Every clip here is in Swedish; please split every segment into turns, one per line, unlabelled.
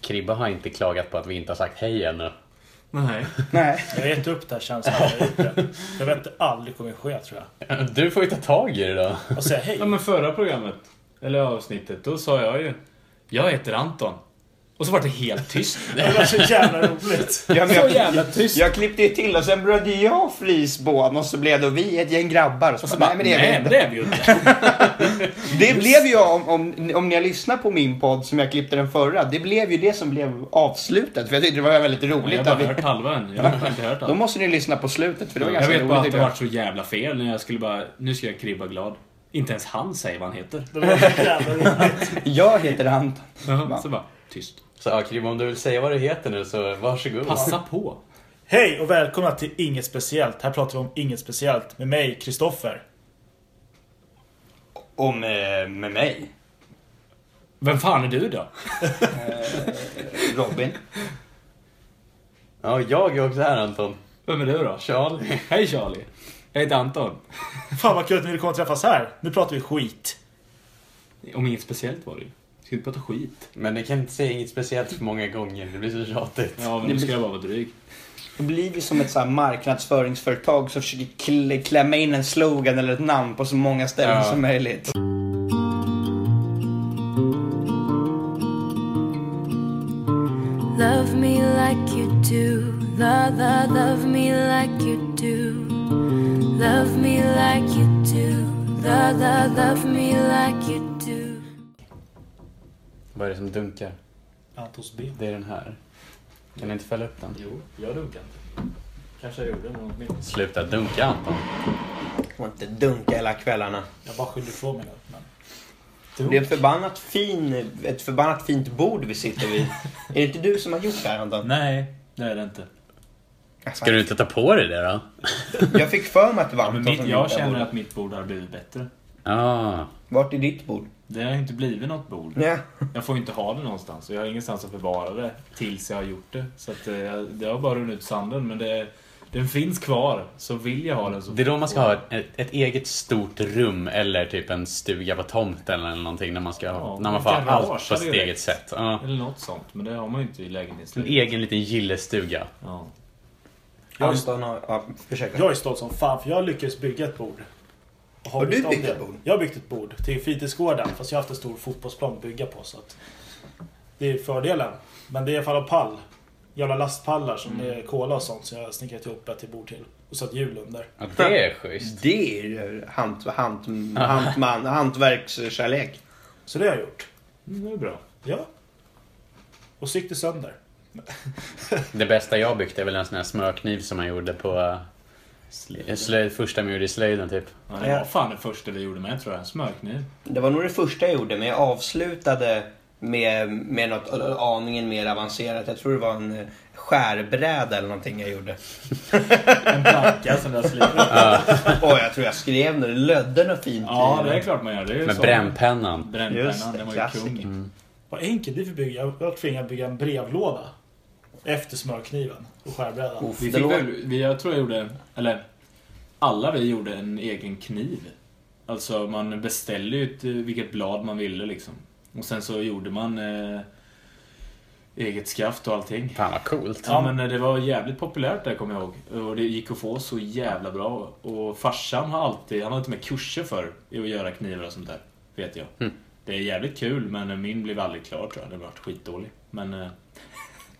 Kribbe har inte klagat på att vi inte har sagt hej ännu.
Nej.
Nej.
Jag har gett upp den här känslan. Jag har gjort det. Jag vet inte, aldrig kommer ske tror jag.
Du får ju ta tag i det då.
Och säga hej.
Ja, men förra programmet, eller avsnittet, då sa jag ju Jag heter Anton. Och så var det helt tyst.
Det var så jävla roligt.
Ja, men
Så
jag,
jävla tyst.
jag klippte ju till och sen bröt ju jag flisbån och så blev det vi ett gäng grabbar. Och så bara, nej men det är vi inte.
Nej, men det är vi ju inte.
Det blev ju, om, om, om ni har lyssnat på min podd som jag klippte den förra, det blev ju det som blev avslutet. För jag tyckte det var väldigt roligt.
Jag har
att vi-
bara hört halva än. Jag har inte hört
Då
allt.
måste ni lyssna på slutet för det var
Jag
ganska
vet
roligt.
bara att det
tycker jag.
var så jävla fel när jag skulle bara Nu ska jag kribba glad. Inte ens han säger vad han heter.
Det var så jävla roligt.
Jag heter Anton.
Ja, Så bara tyst.
Så ja, Kribbe, om du vill säga vad du heter nu så varsågod.
Passa på.
Hej och välkomna till Inget Speciellt. Här pratar vi om inget speciellt med mig, Kristoffer.
Och med, med mig,
Vem fan är du då?
Robin.
Ja, jag är också här Anton.
Vem är du då?
Charlie.
Hej Charlie. Jag heter Anton.
Fan vad kul att ni ville komma och träffas här. Nu pratar vi skit.
Om inget speciellt var det ju. Ska inte prata skit.
Men ni kan inte säga inget speciellt för många gånger, det blir så tjatigt.
Ja, men nu ska jag bara vara dryg.
Det blir ju som ett så här marknadsföringsföretag som försöker kl- klämma in en slogan eller ett namn på så många ställen
Ja.
som möjligt.
Love me like you do, la la. Love me like you do, love me like you do, la la. Love me like you do.
Vad är det som dunkar?
Antons bild.
Det är den här. Kan ni inte fälla upp den?
Jo, jag dunkar inte. Kanske jag gjorde något minns.
Sluta dunka Anton.
Och inte dunka hela kvällarna.
Jag bara skyller ifrån mig nu. Men...
Det är ett förbannat, fin, ett förbannat fint bord vi sitter vid. är det inte du som har gjort det här Anton?
Nej, det är det inte.
Ska du inte ta på dig det då?
Jag fick för mig att det var
Ja, men
Anton
mitt,
som
jag
gjorde det här
känner
bordet.
att mitt bord har blivit bättre.
Ah.
Vart är ditt bord?
Det har inte blivit något bord.
Nej.
Jag får inte ha det någonstans och jag har ingenstans att förvara det tills jag har gjort det. Så att, eh, jag- det har bara runnit ut i sanden men det, den finns kvar. Så vill jag ha den så...
Det är då man ska ha ett, ett eget stort rum eller typ en stuga på tomten eller någonting när man, ska,
Ja,
när man
ett
får ha
garage
allt på
hade ju
sitt
räckt.
eget sätt. Ja.
Eller något sånt. Men det har man ju inte i
En
lägenhetsläget.
egen liten gillestuga.
Ja.
Anton har... Ja, försök.
Jag är stolt som fan för jag lyckades bygga ett bord. Och
Har du
gjort om
byggt
det.
ett bord?
Jag har byggt ett bord till fritidsgården. Fast jag har haft en stor fotbollsplan att bygga på. Så att det är fördelen. Men det är i alla fall av pall. Jävla lastpallar som
Mm.
är kola och sånt. Så jag har snickrat ihop ett till bord till. Och satt hjul under.
Ja, det är schysst.
Det är ju hant, hant, hantman, hantverkskärlek.
Så det har jag gjort.
Mm, Det är bra.
Ja. Och så gick det sönder.
Det bästa jag byggt är väl en sån här smörkniv som man gjorde på eh, slöjd, första man gjorde i slöjden typ.
Ja, det var fan det första vi gjorde med tror jag. Smörkniv.
Det var nog det första jag gjorde men jag avslutade med, med något ö, aningen mer avancerat. Jag tror det var en eh, skärbräda eller någonting jag gjorde.
En planka som du har slitit.
Åh, jag tror jag skrev när det lödde något fint
Ja,
i
det är klart man gör. Det är ju
Med
så.
brännpennan.
Just
Brännpennan,
det,
den var ju
klassiker.
kung.
Vad enkelt det är för att bygga. Jag var tvungen att bygga en brevlåda. Efter smörkniven och skärbrädan.
Uff,
Vi
det
fick
låter-
väl, vi, jag tror jag gjorde, eller alla vi gjorde en egen kniv. Alltså man beställde ju ett, eh, vilket blad man ville liksom. Och sen så gjorde man eh, eget skaft och allting.
Fan vad coolt.
Ja men eh, det var jävligt populärt där kommer jag ihåg. Och det gick att få så jävla bra. Och farsan har alltid, han har alltid med kurser för i att göra knivar och sånt där. Vet jag. Det är jävligt kul men eh, min blev aldrig klar tror jag. Den vart skitdålig. Men eh,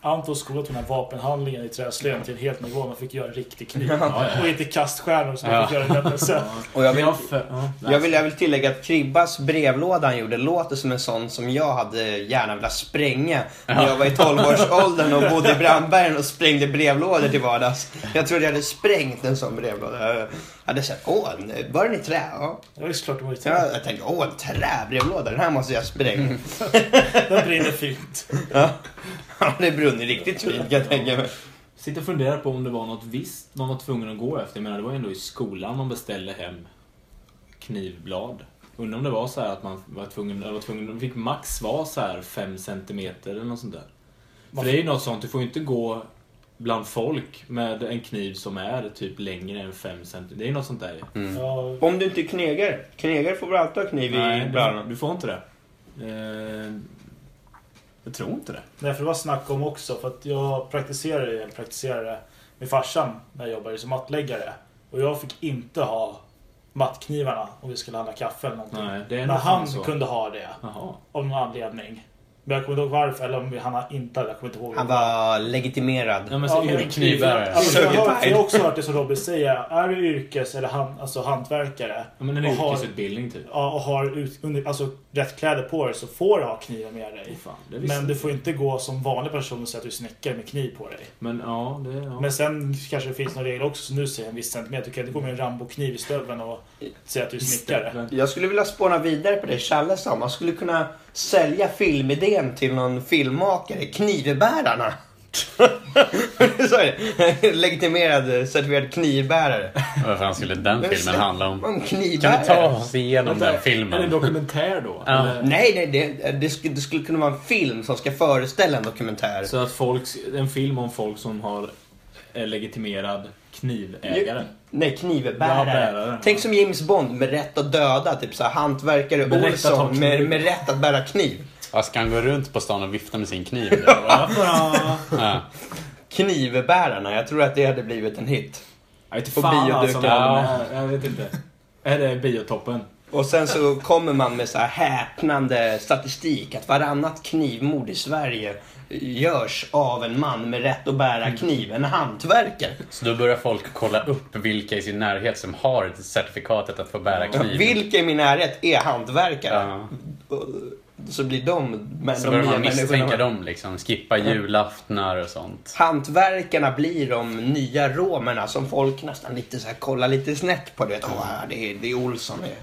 Anton skolade till den här vapenhandlingen i träslöjden till en helt nivå. Man fick göra en riktig kniv.
ja.
Och inte kaststjärnor som man fick göra i rättelse.
Och jag
men
vill,
jag, för, ja,
Jag vill, jag vill tillägga att Kribbas brevlåda han gjorde låter som en sån som jag hade gärna velat spränga när jag var i 12-årsåldern och bodde i Brandbergen och sprängde brevlådor till vardags. Jag trodde jag hade sprängt en sån brevlåda. Jag hade sett, åh, en- var den i trä? Ja.
Det var ju såklart det var ju
Så Jag, jag tänkte, åh, en träbrevlåda, den här måste jag spränga.
Den typ- brinner fint.
Ja. Ja, det brann ju riktigt fint kan jag tänka mig.
Sitter och funderar på om det var något visst man var tvungen att gå efter. Jag menar, det var ju ändå i skolan man beställde hem knivblad. Undrar om det var så här att man var tvungen, eller var tvungen, de fick max vara så här 5 centimeter eller något sånt där. För det är ju något sånt, du får ju inte gå bland folk med en kniv som är typ längre än 5 centimeter. Det är ju något sånt där ju.
Ja,
Om du inte är knegare. Knegare får väl alltid ha kniv i
Nej,
brallorna.
du, du får inte det. Eh, Jag tror inte det.
Nej, för det var snack om också, för att jag praktiserade, eller praktiserade med farsan när jag jobbade som mattläggare. Och jag fick inte ha mattknivarna om vi skulle handla kaffe eller någonting.
Nej, det är
Men
nog
han
fan så.
kunde ha det,
Jaha.
av någon anledning. Men jag kommer inte ihåg varför, eller om han inte hade, jag kommer inte ihåg.
Han var legitimerad.
Ja, men så
Ja,
är det
men-
Knivbärare.
Alltså, jag, har,
Sugarpie.
jag har också hört det som Robin säger, är du yrkes eller han, alltså, hantverkare
Ja, men en
och har,
yrkesutbildning typ.
ja, och har ut, under, alltså, rätt kläder på dig så får du ha kniven med dig.
Åh, fan, det visste
Men
inte
du
jag.
får inte gå som vanlig person och säga att du är snickare med kniv på dig.
Men ja, det... Ja.
Men sen kanske det finns några regler också som nu säger en viss centimeter. Du kan inte gå med en Rambo-kniv i stöveln och säga att du är snickare.
Jag skulle vilja spåna vidare på det Challe sa. Man skulle kunna sälja filmidén till någon filmmakare. Knivbärarna. Så är det. Legitimerad eh, certifierad knivbärare.
Vad fan skulle den filmen handla om?
Om
Kan
knivbärare.
vi ta oss igenom den
Är det en
filmen?
dokumentär då?
Ja.
Eller-
Nej, nej det, det, skulle, det skulle kunna vara en film som ska föreställa en dokumentär.
Så att folk, en film om folk som har är legitimerad knivägare.
Nej,
Ja,
knivbärare.
bärare.
Tänk som James Bond med rätt att döda. Typ såhär hantverkare
Med rätt att ha
Olsson
kniv.
med, med rätt att bära kniv.
Ja, Ska han gå runt på stan och vifta med sin kniv? där?
Ja.
Ja.
Knivbärarna, jag tror att det hade blivit en hit.
Jag vet inte
På
fan alltså,
biodukar.
ja. jag vet inte. Är det biotoppen?
Och sen så kommer man med så här häpnande statistik att varannat knivmord i Sverige görs av en man med rätt att bära
Mm.
kniv, en hantverkare.
Så då börjar folk kolla upp vilka i sin närhet som har certifikatet att få bära kniv.
Vilka i min närhet är hantverkare?
Ja.
Och Så blir de, men
Så
de
börjar
nya
man misstänka
människorna-
dem liksom. Skippa julaftnar och sånt.
Hantverkarna blir de nya romerna som folk nästan lite så här kollar lite snett på. Du vet, Åh, det, är, det är Olsson. det är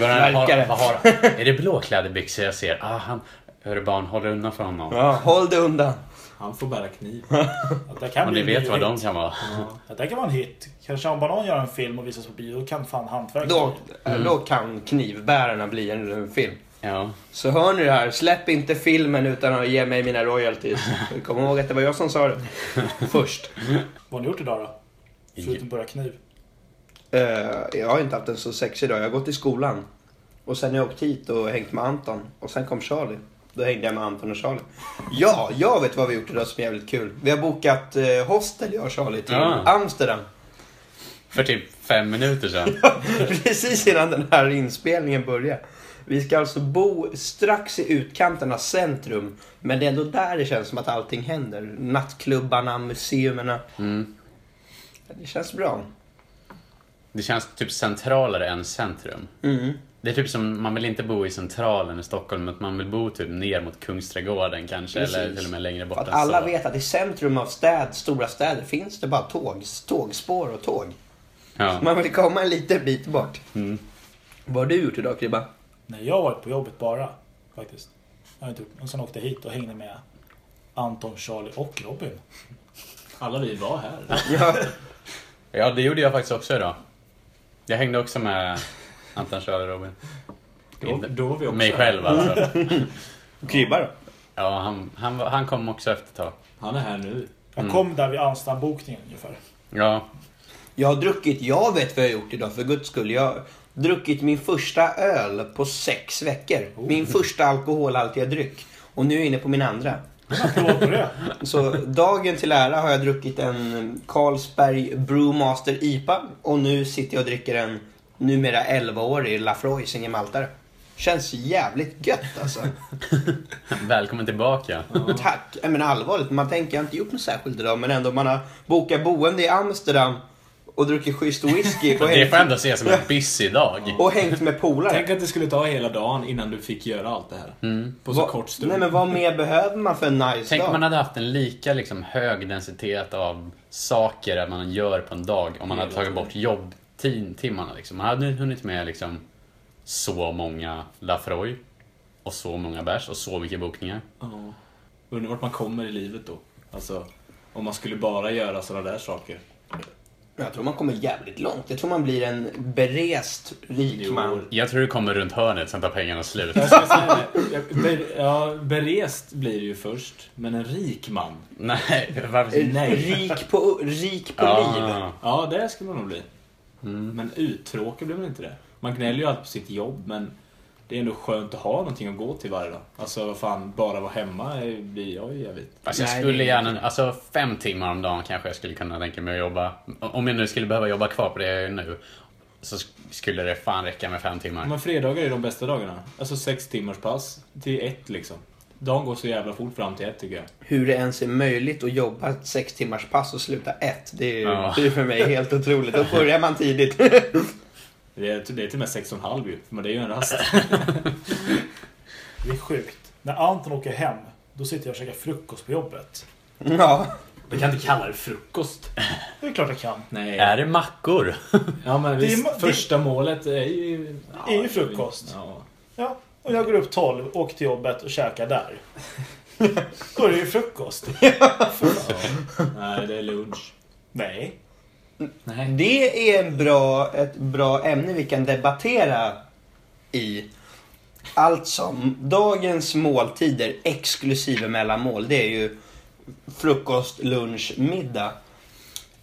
Vad har, vad
Hantverkare.
har, är det blåkläderbyxor jag ser? Ah, han, hörru barn, håll undan från honom.
Ja, håll dig undan.
Han får bära kniv.
Att det kan
Om
bli
ni
en
vet
ny
vad de
hit.
kan vara.
Att det kan vara en hit. Kanske om bara någon gör en film och visas på bio, då kan fan hantverk.
Då,
Mm.
då kan knivbärarna bli en, en film.
Ja.
Så hör ni det här, släpp inte filmen utan att ge mig mina royalties. Kom ihåg att det var jag som sa det först.
Vad har ni gjort idag då? Förutom att bära kniv.
Eh, jag har inte haft en så sexig dag. Jag har gått i skolan. Och sen har jag åkt hit och hängt med Anton. Och sen kom Charlie. Då hängde jag med Anton och Charlie. Ja, jag vet vad vi gjort idag som är jävligt kul. Vi har bokat eh, hostel jag och Charlie till
Ja.
Amsterdam.
För typ fem minuter sedan.
Precis innan den här inspelningen börjar. Vi ska alltså bo strax i utkanten av centrum. Men det är ändå där det känns som att allting händer. Nattklubbarna, museerna.
Mm.
Det känns bra.
Det känns typ centralare än centrum.
Mm.
Det är typ som, man vill inte bo i centralen i Stockholm, men man vill bo typ ner mot Kungsträdgården kanske,
Precis.
eller till och med längre bort
För att
än
alla
så.
vet att i centrum av städ, stora städer finns det bara tåg, tågspår och tåg.
Ja.
Man vill komma en liten bit bort. Vad har du gjort idag Kribba?
Nej, jag har varit på jobbet bara. Faktiskt. Jag har inte gjort. Och sen åkte jag hit och hängde med Anton, Charlie och Robin.
Alla vi var här.
Ja,
ja, det gjorde jag faktiskt också idag. Jag hängde också med Anton, Charlie och Robin.
Då, då var vi också
Mig
här.
själv alltså.
Kribba då?
Ja, han, han, var- han kom också efter ett tag.
Han är här nu.
Mm.
Jag kom där vid Anstaltbokningen ungefär.
Ja,
Jag har druckit, jag vet vad jag har gjort idag för guds skull. Jag har druckit min första öl på sex veckor.
Oh.
Min första alkoholhaltiga dryck. Och nu är jag inne på min andra.
Applåd på det.
Så dagen till ära har jag druckit en Carlsberg Brewmaster IPA och nu sitter jag och dricker en numera 11-årig Lafroy singelmaltare. Känns jävligt gött alltså.
välkommen tillbaka.
Tack! Nej, men allvarligt, man tänker jag har inte gjort något särskilt idag men ändå man har bokat boende i Amsterdam och druckit schysst whisky och
Det
hängt,
får jag ändå se som en busy dag.
och hängt med polare.
Tänk att det skulle ta hela dagen innan du fick göra allt det här. På så
Vad-
kort stund.
Nej men vad mer behöver man för en nice
Tänk om
dag?
man hade haft en lika liksom, hög densitet av saker att man gör på en dag om man hade tagit bort jobbtimmarna. Liksom. Man hade ju hunnit med liksom, så många Lafroy och så många bärs och så mycket bokningar.
Ja. Undrar vart man kommer i livet då. Alltså, om man skulle bara göra sådana där saker.
Jag tror man kommer jävligt långt. Jag tror man blir en berest rik
Jo.
man.
Jag tror det kommer runt hörnet, sen tar pengarna slut.
Jag ska säga det. Jag- ber- Ja, berest blir det ju först, men en rik man.
Nej, varför?
Nej.
Rik på, rik på liv.
Ah,
Ja, det skulle man nog bli. Men uttråkad blir man inte det. Man gnäller ju alltid på sitt jobb, men det är ändå skönt att ha någonting att gå till varje dag. Alltså vad fan, bara vara hemma eh, blir jag ju jävligt...
Alltså, jag
Nej,
skulle
det är
gärna, alltså fem timmar om dagen kanske jag skulle kunna tänka mig att jobba. Om jag nu skulle behöva jobba kvar på det jag gör nu. Så sk- skulle det fan räcka med fem timmar.
Men fredagar är de bästa dagarna. Alltså sex timmars pass till ett liksom. Dagen går så jävla fort fram till ett tycker jag.
Hur det ens är möjligt att jobba ett sex timmars pass och sluta ett, det är ju
Ja.
det är för mig helt otroligt. Då börjar man tidigt.
Det är, det är till och med sex och en halv ju, men det är ju en rast.
Det är sjukt. När Anton åker hem, då sitter jag och käkar frukost på jobbet.
Ja.
Du kan inte kalla det frukost.
Det är klart jag kan.
Nej.
Är det mackor?
Ja men
Det är
visst,
ma- det-
första målet är ju... Ja,
Det är ju frukost.
Ja.
Ja, och jag går upp 12, åker till jobbet och käkar där. Då är det ju frukost.
Nej, det är lunch.
Nej.
Nej.
Det är en bra, ett bra ämne vi kan debattera i. Alltså, dagens måltider exklusive mellanmål, det är ju frukost, lunch, middag.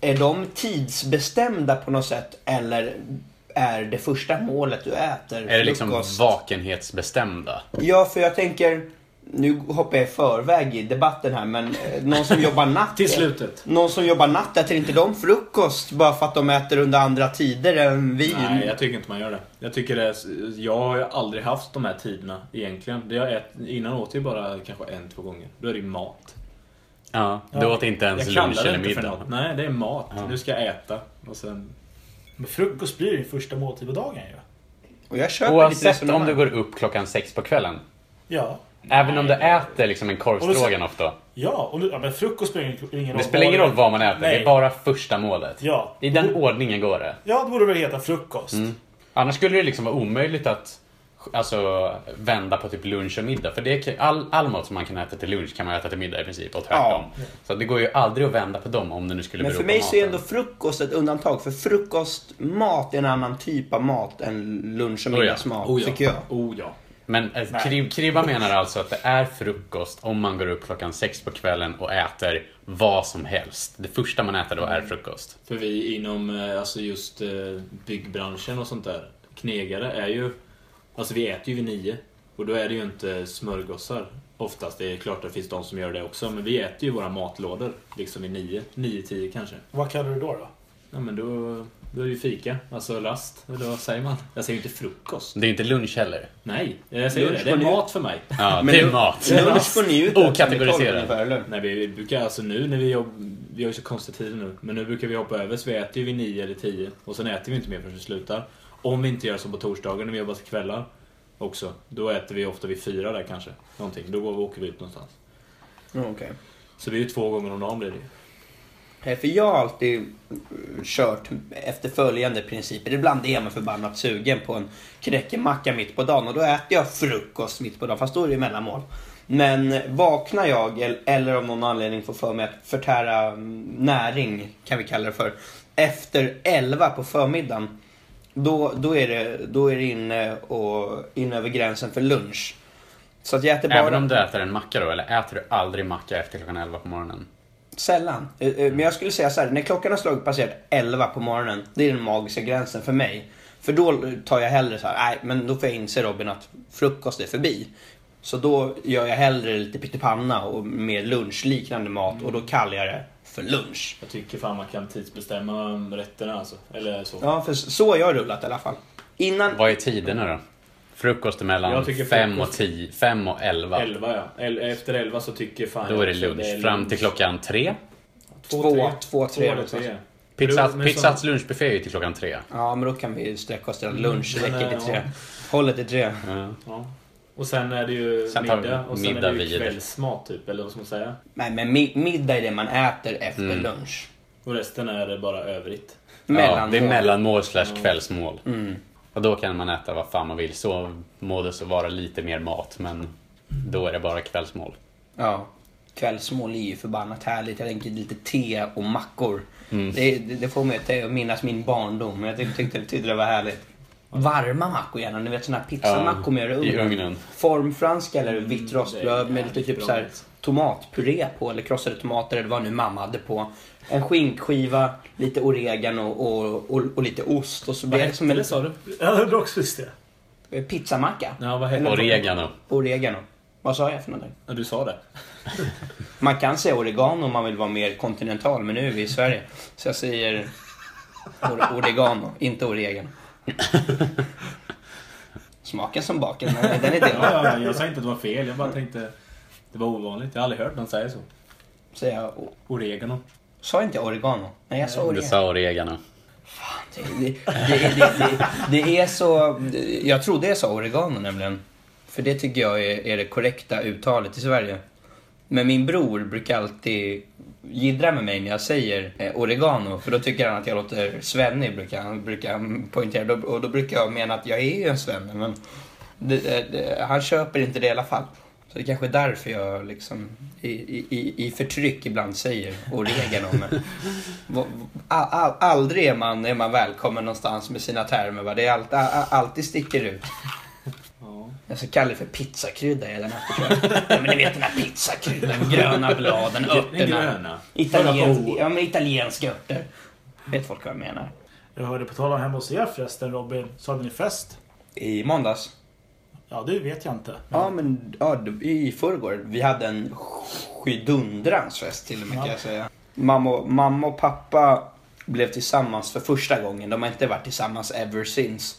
Är de tidsbestämda på något sätt eller är det första målet du äter
Är det liksom
frukost?
vakenhetsbestämda?
Ja, för jag tänker, nu hoppar jag i förväg i debatten här, men eh, någon som jobbar natt.
Till slutet.
Någon som jobbar natt, äter inte de frukost bara för att de äter under andra tider än vi?
Nej, jag tycker inte man gör det. Jag tycker det. är- Jag har ju aldrig haft de här tiderna egentligen. Det jag ät, innan åt jag bara kanske en, två gånger. Då är det ju mat.
Ja, Alltså, du åt inte ens
Jag
lunch
kallar det
eller
inte för
middag.
något. Nej, det är mat.
Ja.
Du ska äta. Och sen...
Men frukost blir ju första måltid på dagen ju.
Och jag köper ditt
Oavsett
resonemang.
om du går upp klockan sex på kvällen.
Ja.
Även om du äter liksom en korvstroganoff då.
Ja, och nu, ja men frukost spelar ingen ingen roll.
Det spelar ingen roll vad man äter, det
Nej.
är bara första målet.
Ja.
I
Mm.
den ordningen går det.
Ja, det borde väl heta frukost.
Annars skulle det liksom vara omöjligt att alltså, vända på typ lunch och middag. För det kan, all, all mat som man kan äta till lunch kan man äta till middag i princip och tvärtom. Så det går ju aldrig att vända på dem om det nu skulle
Men
bero
för
på
mig så är
maten.
ändå frukost ett undantag, för frukostmat är en annan typ av mat än lunch och
Oh ja.
middagsmat, tycker jag.
Oh ja.
Men eh,
Nej.
Krib, Kribba menar alltså att det är frukost om man går upp klockan sex på kvällen och äter vad som helst. Det första man äter då är
Mm.
frukost.
För vi inom eh, alltså just eh, byggbranschen och sånt där, knegare är ju... Alltså vi äter ju vid nio. Och då är det ju inte smörgåsar oftast. Det är klart att det finns de som gör det också. Men vi äter ju våra matlådor liksom vid nio. Nio, tio kanske.
Vad kallar du då då?
Ja men då, då är det ju fika. Alltså rast. Eller vad säger man? Jag säger ju inte frukost.
Det är inte lunch heller.
Nej, jag säger
Lunch
det.
var
Det
det
är
ju.
mat för mig.
Ja,
Men
det är
nu-
mat.
Lunch får ni ut
Okategoriserad.
Nej, vi brukar alltså nu när vi jobbar, vi har ju så konstiga tider nu, men nu brukar vi hoppa över så vi äter ju vid 9 eller 10 och sen äter vi inte mer förrän vi slutar. Om vi inte gör som på torsdagar när vi jobbar till kvällar också, då äter vi ofta vid 4 där kanske. Någonting. Då går vi och åker vi ut någonstans.
Mm, okej.
Så vi är ju två gånger om dagen blir det ju.
Nej, För jag har alltid eh, kört efter följande principer. Ibland är man förbannat sugen på en kräckemacka mitt på dagen och då äter jag frukost mitt på dagen, fast då är det ju mellanmål. Men vaknar jag el- eller av någon anledning får för mig att förtära mm, näring, kan vi kalla det för, efter 11 på förmiddagen. Då, då, är, det, då är det inne, och, in över gränsen för lunch. Så att jag äter bara...
Även om du äter en macka då, eller äter du aldrig macka efter klockan 11 på morgonen?
Sällan. Eh, eh, Men jag skulle säga så här, när klockan har slagit passerat 11 på morgonen, det är den magiska gränsen för mig. För då tar jag hellre så här, nej men då får jag inse Robin att frukost är förbi. Så då gör jag hellre lite pyttipanna och mer lunchliknande mat och då kallar jag det för lunch.
Jag tycker fan man kan tidsbestämma rätterna alltså. Eller så.
Ja, för så har jag rullat i alla fall. Innan...
Vad är tiderna då? Frukost är mellan
Jag tycker
5 och
frukost-
10, 5 och 11.
11 ja. El- efter 11 så tycker fan
Då
jag
är det
också
lunch. Fram till klockan 3.
två,
Två,
tre.
två, tre.
eller tre.
Pizzas,
Men så-
pizzas lunchbuffé är ju till klockan 3.
Ja, men då kan vi sträcka oss till att lunch
Mm,
räcker till
ja.
tre. Håller till tre.
Ja. Och sen är det ju
Sen tar vi
middag och sen
middag
är det ju
vid.
kvällsmat typ, eller vad ska man säga?
Nej, men mi- middag är det man äter efter
Mm.
lunch.
Och resten är det bara övrigt.
Ja, det är
Mellanmål.
mellanmål slash kvällsmål.
Mm.
Och då kan man äta vad fan man vill. Så må det så vara lite mer mat, men då är det bara kvällsmål.
Ja. Kvällsmål är ju förbannat härligt. Jag tänker lite te och mackor.
Mm.
Det, det, det får mig till att minnas min barndom. Jag tyck- tyckte, tyckte det var härligt. Varma mackor gärna. Ni vet såna här pizzamackor man gör
I ugnen.
Formfranska eller vitt
Mm,
rostbröd
det är
med lite typ
bra.
så här tomatpuré på eller krossade tomater eller vad nu mamma hade på. En skinkskiva, lite oregano och, och, och, och lite ost och så
Vad
blev det
hette
som en...
det sa du?
Jag undrar också just det.
eh, pizzamacka.
Ja, vad heter det?
Oregano.
Oregano. Vad sa jag för någonting?
Ja, du sa det.
Man kan säga oregano om man vill vara mer kontinental, men nu är vi i Sverige. Så jag säger or- oregano, inte oregano. Smaken som baken, men den är
Ja,
del.
ja, ja, jag sa inte att det var fel. Jag bara tänkte... Det var ovanligt. Jag har aldrig hört någon säga så.
Säger jag, o-
Oregano.
sa inte jag oregano? Nej, jag sa
Du
oregano.
sa oregano.
Det, det, det, det, det är så... Jag trodde jag sa oregano nämligen. För det tycker jag är, är det korrekta uttalet i Sverige. Men min bror brukar alltid jiddra med mig när jag säger eh, oregano. För då tycker han att jag låter svennig, brukar han brukar han poängtera. Då, och då brukar jag mena att jag är ju en svenne. Men det, det- det, han köper inte det i alla fall. Så det kanske är därför jag liksom i, i, i- i förtryck ibland säger oregano. Men... Va- va- a- a- Aldrig är man, är man välkommen någonstans med sina termer. Va? Det är allt, a- a- alltid sticker ut.
Ja.
Jag ska kalla det för pizzakrydda. Jag den här förklaringen. ja, men ni vet den här pizzakryddan. Gröna bladen,
Den
örterna.
gröna.
Italiens,
Bara på-
ja, men italienska örter. Vet folk vad jag menar?
Jag hörde på tal om hemma hos er förresten Robin, så hade ni fest?
I måndags?
Ja, det vet jag inte.
Ja, men ja, d- i förrgår. Vi hade en sjudundrans fest till och med kan jag säga. Mamma och, mamma och pappa blev tillsammans för första gången. De har inte varit tillsammans ever since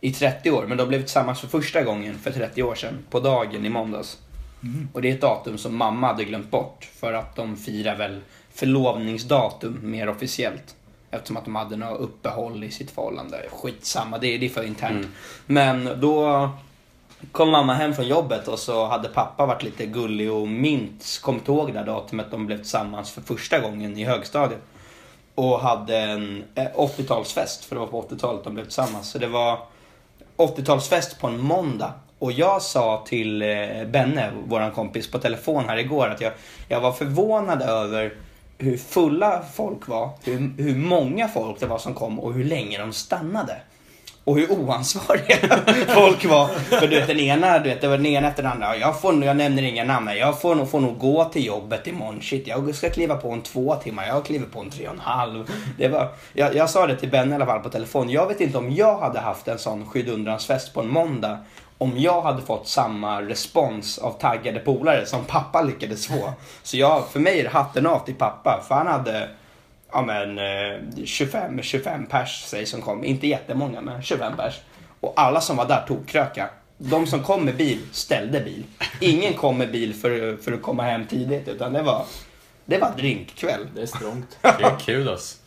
i 30 år. Men de blev tillsammans för första gången för 30 år sedan på dagen i måndags. Och det är ett datum som mamma hade glömt bort för att de firar väl förlovningsdatum mer officiellt. Eftersom att de hade några uppehåll i sitt förhållande. Skitsamma, det är, det är för internt. Men då kom mamma hem från jobbet och så hade pappa varit lite gullig och mint kom ihåg det här datumet de blev tillsammans för första gången i högstadiet. Och hade en eh, 80-talsfest, för det var på 80-talet de blev tillsammans. Så det var 80-talsfest på en måndag. Och jag sa till eh, Benne, våran kompis, på telefon här igår att jag, jag var förvånad över hur fulla folk var, hur, hur många folk det var som kom och hur länge de stannade. Och hur oansvariga folk var. För du vet den ena, du vet, det var den ena efter den andra. Jag, får, nog- jag nämner inga namn men jag får nog, får nog gå till jobbet imorgon. Shit, jag ska kliva på en två timmar, jag kliver på en tre och en halv. Det var, jag, jag sa det till Ben i alla fall på telefon. Jag vet inte om jag hade haft en sån skydundransfest på en måndag. Om jag hade fått samma respons av taggade polare som pappa lyckades få. Så jag, för mig är det hatten av till pappa. För han hade ja men eh, 25, 25 pers säg som kom. Inte jättemånga men 25 pers. Och alla som var där tog kröka. De som kom med bil ställde bil. Ingen kom med bil för, för att komma hem tidigt utan det var, det var drinkkväll.
Det är strångt.
Det är alltså. kudos.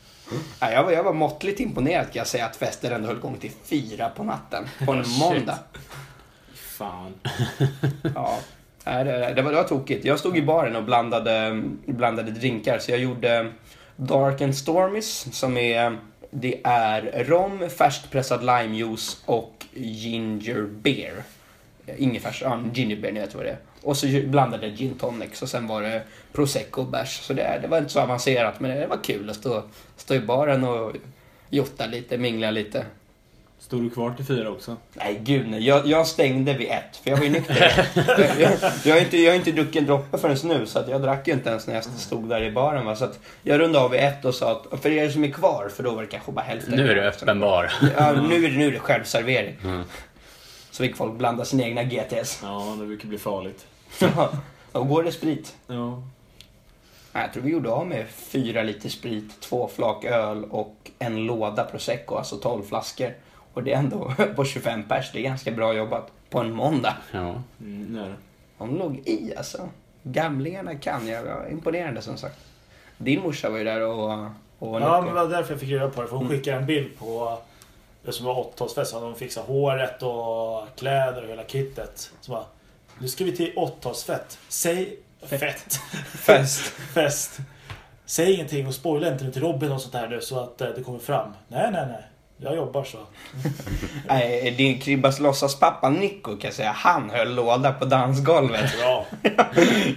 Ja, jag, var, jag var måttligt imponerad kan jag säga att festen ändå höll igång till fyra på natten. På en måndag.
Fan.
Ja. Nej, det, det, var, det var tokigt. Jag stod i baren och blandade, blandade drinkar. Så jag gjorde Dark and Stormies som är, det är rom, färskpressad limejuice och ginger beer. Ingefärs, ja, ginger beer, ni vet vad det är. Och så blandade jag gin tonics och sen var det prosecco och bärs. Så det, det var inte så avancerat men det var kul att stå, stå i baren och jotta lite, mingla lite.
Stod du kvar till fyra också?
Nej gud nej. Jag, jag stängde vid ett, för jag var ju nykter. jag, jag, jag, har inte, jag har inte druckit en droppe förrän nu, så att jag drack ju inte ens när jag stod där i baren. Va? Så att jag rundade av vid ett och sa att, för er som är kvar, för då var det kanske bara hälften
Nu är
kvar.
det öppen bar.
Ja, nu är det, nu är det självservering.
Mm.
Så fick folk blanda sina egna GTS.
Ja, det brukar bli farligt.
Då går det sprit.
Ja.
Nej, Jag tror vi gjorde av med fyra liter sprit, två flak öl och en låda prosecco, alltså 12 flaskor. Och det är ändå på 25 pers, det är ganska bra jobbat på en måndag.
Ja.
Mm, nu är det.
De låg i alltså. Gamlingarna kan jag. jag är Imponerande som sagt. Din morsa var ju där och... och
Ja, men det var därför jag fick reda på det. För hon skickade en bild på det som var 80-talsfest. De fixade håret och kläder och hela kittet. Så bara, nu ska vi till 80-talsfest. Säg fett.
Fest.
Fest. Säg ingenting och spoila inte till Robin och sånt här nu så att eh, det kommer fram. Nej, nej, nej. Jag jobbar så.
Nej, din Kribbas låtsaspappa Nico kan jag säga. Han höll låda på dansgolvet.
Bra.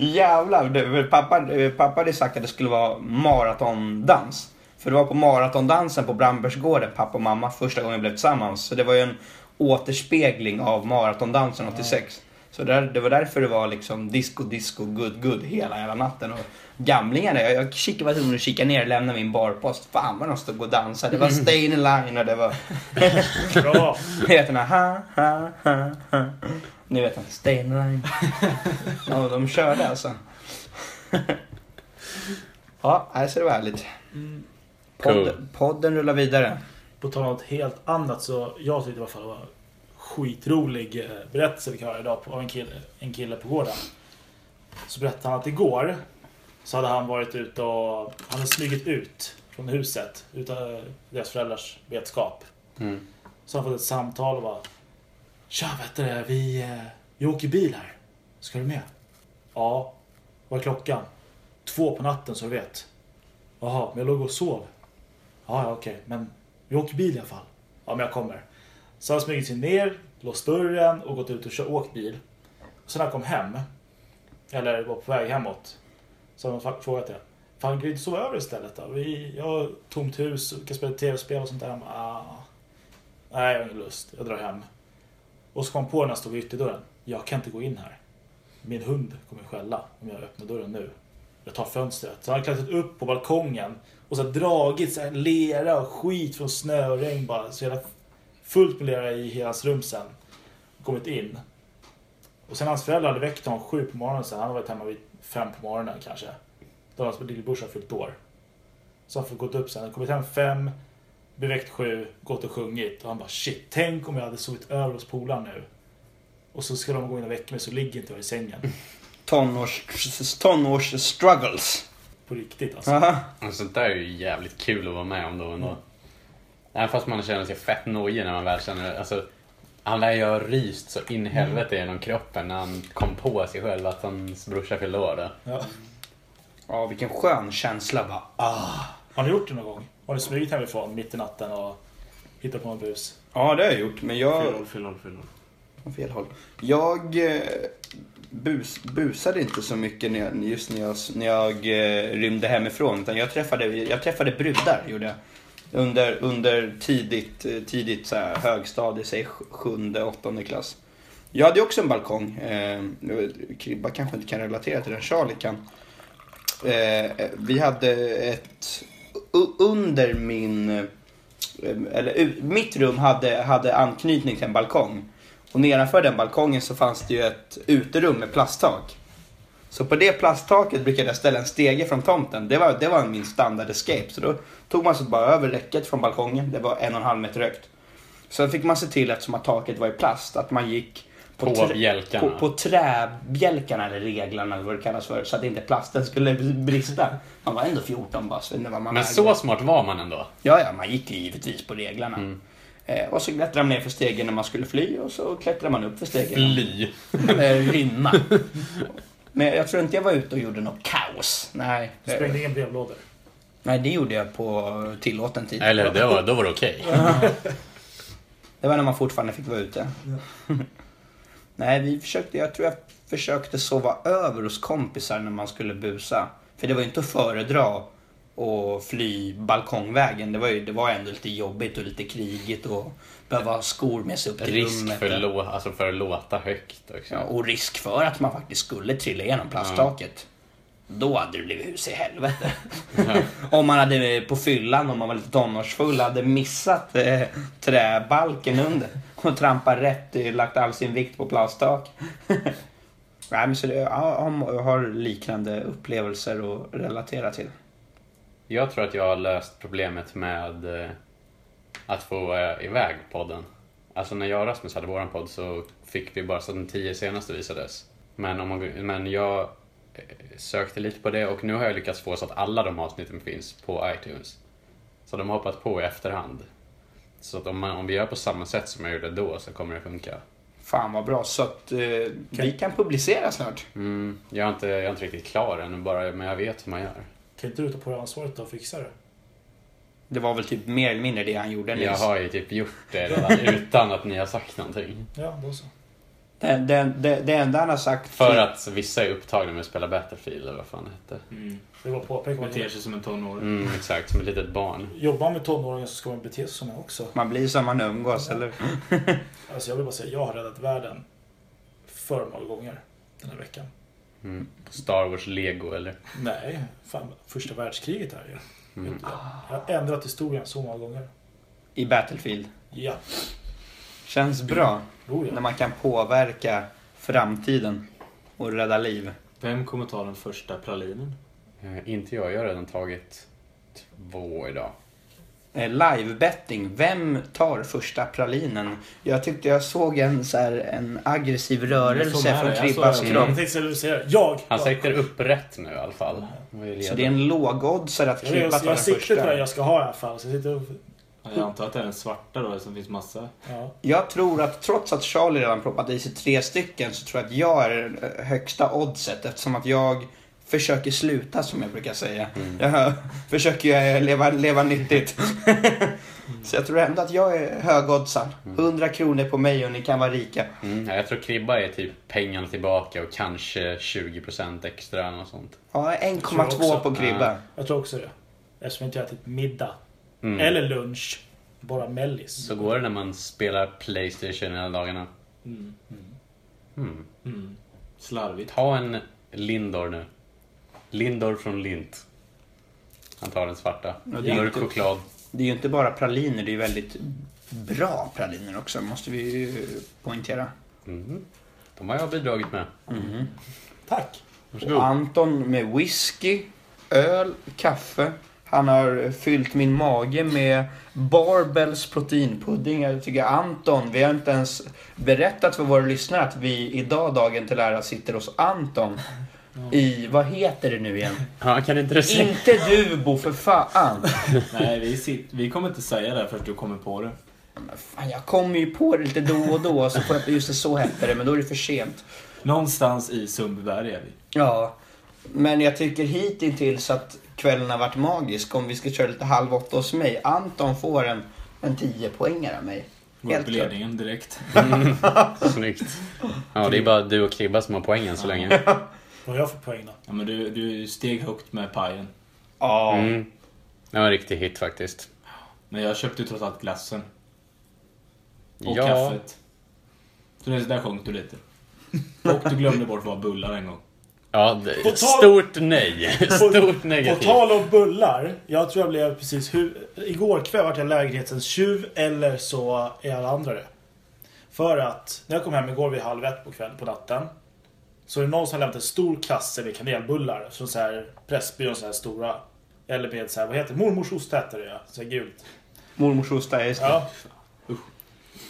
Jävlar. det- Pappa, eh, pappa hade sagt att det skulle vara maratondans. För det var på maratondansen på Brandbergsgården pappa och mamma första gången blev tillsammans. Så det var ju en återspegling av maratondansen 86. Så där, det var därför det var liksom disco, disco, good, good hela jävla natten. Och gamlingarna, jag, jag kikade, var tvungen att kika ner och lämna min barpost. Fan vad de stod och dansade. Det var Stay in line och det var...
Bra!
Ni vet den här, ha, ha, ha, ha. Ni vet den, Stay in line. Ja, de körde alltså. Ja, nej, så det var härligt. Mm. Podd,
Cool.
podden rullar vidare.
På tal om något helt annat så jag tyckte i alla fall det var en skitrolig eh, berättelse vi fick höra idag på- av en kille, en kille på gården. Så berättade han att igår så hade han varit ute och han hade smugit ut från huset utan deras föräldrars vetskap.
Mm.
Så har han fått ett samtal och bara Tja, vet du det, vi, eh, vi åker bil här. Ska du med? Ja. Vad är klockan? Två på natten så du vet. Jaha, men jag låg och sov. Ja, ja okej, men vi åker bil i alla fall. Ja, men jag kommer. Så har han smugit sig ner, låst dörren och gått ut och kö- åkt bil. Så när han kom hem, eller var på väg hemåt, så har han frågat det. Fan, kan vi inte sova över istället då? Vi, jag har tomt hus, vi kan spela tv-spel och sånt där. Han bara, ah, nej, jag har ingen lust. Jag drar hem. Och så kom han på när han stod vid ytterdörren. Jag kan inte gå in här. Min hund kommer skälla om jag öppnar dörren nu. Jag tar fönstret. Så han har klättrat upp på balkongen och så har dragit så här lera och skit från snö och regn bara. Så jävla fullt med lera i hela hans rum sen. Kommit in. Och sen hans föräldrar hade väckt honom sju på morgonen sen. Han hade varit hemma vid fem på morgonen kanske. Då hade hans lillebrorsa fyllt år. Så han har gått upp sen. Han har kommit hem fem, blivit väckt sju, gått och sjungit. Och han bara shit, tänk om jag hade sovit över hos polaren nu. Och så ska de gå in och väcka mig så ligger inte jag i sängen.
Tonårs, tonårs struggles.
På riktigt alltså.
Aha.
Och sånt där är ju jävligt kul att vara med om då ändå. Även fast man känner sig fett nojig när man väl känner det. Alltså, han lär ju ha ryst så in i helvete genom kroppen när han kom på sig själv att hans brorsa fyllde år. då.
Ja.
Ja, vilken skön känsla bara. Ah.
Har ni gjort det någon gång? Har ni smugit hemifrån mitt i natten och hittat på en bus?
Ja, det har jag gjort, men jag...
Fyllhåll, fyllhåll, fyllhåll.
Åt fel håll. Jag eh, bus, busade inte så mycket när jag, just när jag, när jag eh, rymde hemifrån. Utan jag träffade, jag träffade brudar, gjorde jag. Under, under tidigt, eh, tidigt så här, högstadie, säg sj- sjunde, åttonde klass. Jag hade ju också en balkong. Eh, Kribba kanske inte kan relatera till den, Charlie kan. Eh, vi hade ett... u- Under min... eh, Eller u- mitt rum hade, hade anknytning till en balkong. Och nedanför den balkongen så fanns det ju ett uterum med plasttak. Så på det plasttaket brukade jag ställa en stege från tomten. Det var, det var min standard escape. Så då tog man sig bara över räcket från balkongen. Det var en och en halv meter högt. Sen fick man se till, eftersom att taket var i plast, att man gick
På
trä-
bjälkarna.
På, på träbjälkarna eller reglarna eller vad det kallas för. Så att inte plasten skulle brista. Man var ändå 14 bara. Så vet inte vad man
Men
vägde.
så smart var man ändå.
Ja, ja, man gick ju givetvis på reglarna.
Mm.
Eh, och så klättrade man ner för stegen när man skulle fly och så klättrade man upp för stegen.
Fly.
Eller rymma. Men jag tror inte jag var ute och gjorde något kaos. Nej,
Du sprängde inga brevlådor?
Nej det gjorde jag på tillåten tid.
Eller det var, då var det okej.
Det var när man fortfarande fick vara ute. Nej, vi försökte, jag tror jag försökte sova över hos kompisar när man skulle busa. För det var ju inte att föredra att fly balkongvägen. Det var ju det var ändå lite jobbigt och lite krigigt och behöva ha skor med sig upp till
Risk
rummet.
för, lå, alltså för att låta högt också.
Ja, och risk för att man faktiskt skulle trilla igenom plasttaket. Då hade det blivit hus i helvete. om man hade eh, på fyllan, om man var lite tonårsfull, hade missat eh, träbalken under och trampat rätt, eh, lagt all sin vikt på plasttak. Nej, men så det, ja, om- jag har liknande upplevelser att relatera till.
Jag tror att jag har löst problemet med eh, att få eh, iväg podden. Alltså när jag och Rasmus hade våran podd så fick vi bara så de tio senaste visades. Men, om man, men jag eh, sökte lite på det och nu har jag lyckats få så att alla de avsnitten finns på iTunes. Så de har hoppat på i efterhand. Så att om, man, om vi gör på samma sätt som jag gjorde då så kommer det funka.
Fan vad bra, så att eh, vi kan publicera snart.
Mm, jag, är inte, jag är inte riktigt klar än, bara, men jag vet hur man gör.
Kan inte du ta på dig ansvaret då och fixa det?
Det var väl typ mer eller mindre det han gjorde
Jag
nyss.
har ju typ gjort det redan utan att ni har sagt någonting.
Ja, då så.
Det, det, det, det enda han har sagt...
För att vissa är upptagna med att spela Battlefield eller vad fan det hette.
Mm.
Det var påpeka. vad
Beter
man-
sig som en tonåring.
Mm, exakt, som ett litet barn.
Jobbar man med tonåringar så ska man bete sig som en också.
Man blir som man umgås, eller?
Alltså jag vill bara säga, jag har räddat världen för många gånger den här veckan.
Mm. Star Wars Lego eller?
Nej, fan, första världskriget här ju. Jag har ändrat historien så många gånger.
I Battlefield.
Ja,
Känns bra
tror
när
jag.
man kan påverka framtiden och rädda liv.
Vem kommer ta den första pralinen?
Eh, inte jag, jag har redan tagit två idag.
Eh, Live-betting. Vem tar första pralinen? Jag tyckte jag såg en, så här, en aggressiv
Men
rörelse
så är
från
det, jag
Kribbas
såg det.
kropp.
Jag tänkte säga- säga jag.
Han
Ja.
sitter upprätt nu i alla fall. Han var ju
Så
ledare.
det är en lågoddsare att
Jag, jag,
Kribba
jag,
tar den
siktar på det här
första.
jag ska ha i alla fall. Så jag sitter och,
Ja, Jag antar att det är den svarta då, eftersom det finns massa.
ja.
Jag tror att trots att Charlie redan proppat i sig tre stycken så tror jag att jag är eh, högsta oddset eftersom att jag försöker sluta som jag brukar säga.
Mm.
Jag försöker ju eh, leva, leva nyttigt. så jag tror ändå att jag är högoddsaren. 100 kronor på mig och ni kan vara rika.
Mm, ja, jag tror Kribba är typ pengarna tillbaka och kanske 20% extra eller något sånt.
Ja,
Jag tror
1,2
också.
på Kribba.
jag tror också det. Eftersom jag inte har ätit middag.
Mm.
Eller lunch. Bara mellis.
Så går det när man spelar Playstation hela dagarna.
Mm. Mm.
Mm.
Mm. Slarvigt.
Ta en Lindor nu. Lindor från Lint. Han tar den svarta.
Ja, det är
Mörk
inte-
choklad.
Det är ju inte bara praliner, det är ju väldigt bra praliner också måste vi ju poängtera.
Mm. De har jag bidragit med.
Mhm.
Tack!
Varsågod.
Och Anton med whisky, öl, kaffe. Han har fyllt min mage med Barbells proteinpudding. Jag tycker Anton, vi har inte ens berättat för våra lyssnare att vi idag, dagen till ära, sitter hos Anton. I, vad heter det nu igen?
Ja, kan inte du säga?
inte du Bo, för fan!
Nej, vi, sit- vi kommer inte säga det här förrän du kommer på det.
fan jag kommer ju på det lite då och då, så får jag, just det, så hette det, men då är det för sent.
Någonstans i Sundbyberg är vi.
Ja, men jag tycker hittills att kvällen har varit magisk. Om vi ska köra lite halv åtta hos mig. Anton får en, en 10 poängare av mig.
Går upp i
klart.
ledningen direkt.
Snyggt. Ja, det är bara du och Kribba som har poängen så länge.
Vad har jag för poäng då?
Ja, men du, du steg högt med pajen.
Ja,
Mm. Det var en riktig hit faktiskt.
Men jag köpte ju trots allt glassen. Och
Ja.
kaffet. Så det- där sjönk du lite. Och du glömde bort vad bullar en gång.
Ja, det-
På tal-
stort nej. Stort
På
negativt.
tal om bullar. Jag tror jag blev precis hu- Igår kväll vart jag lägenhetens tjuv eller så är alla andra det. För att när jag kom hem igår vid halv ett på kvällen på natten. Så är det någon som har lämnat en stor kasse med kanelbullar. Från så här Pressbyrån, så här stora. Eller med så här, vad heter det? Mormors ost heter det ja. Så här gult.
mormors hosta är just det.
Ja.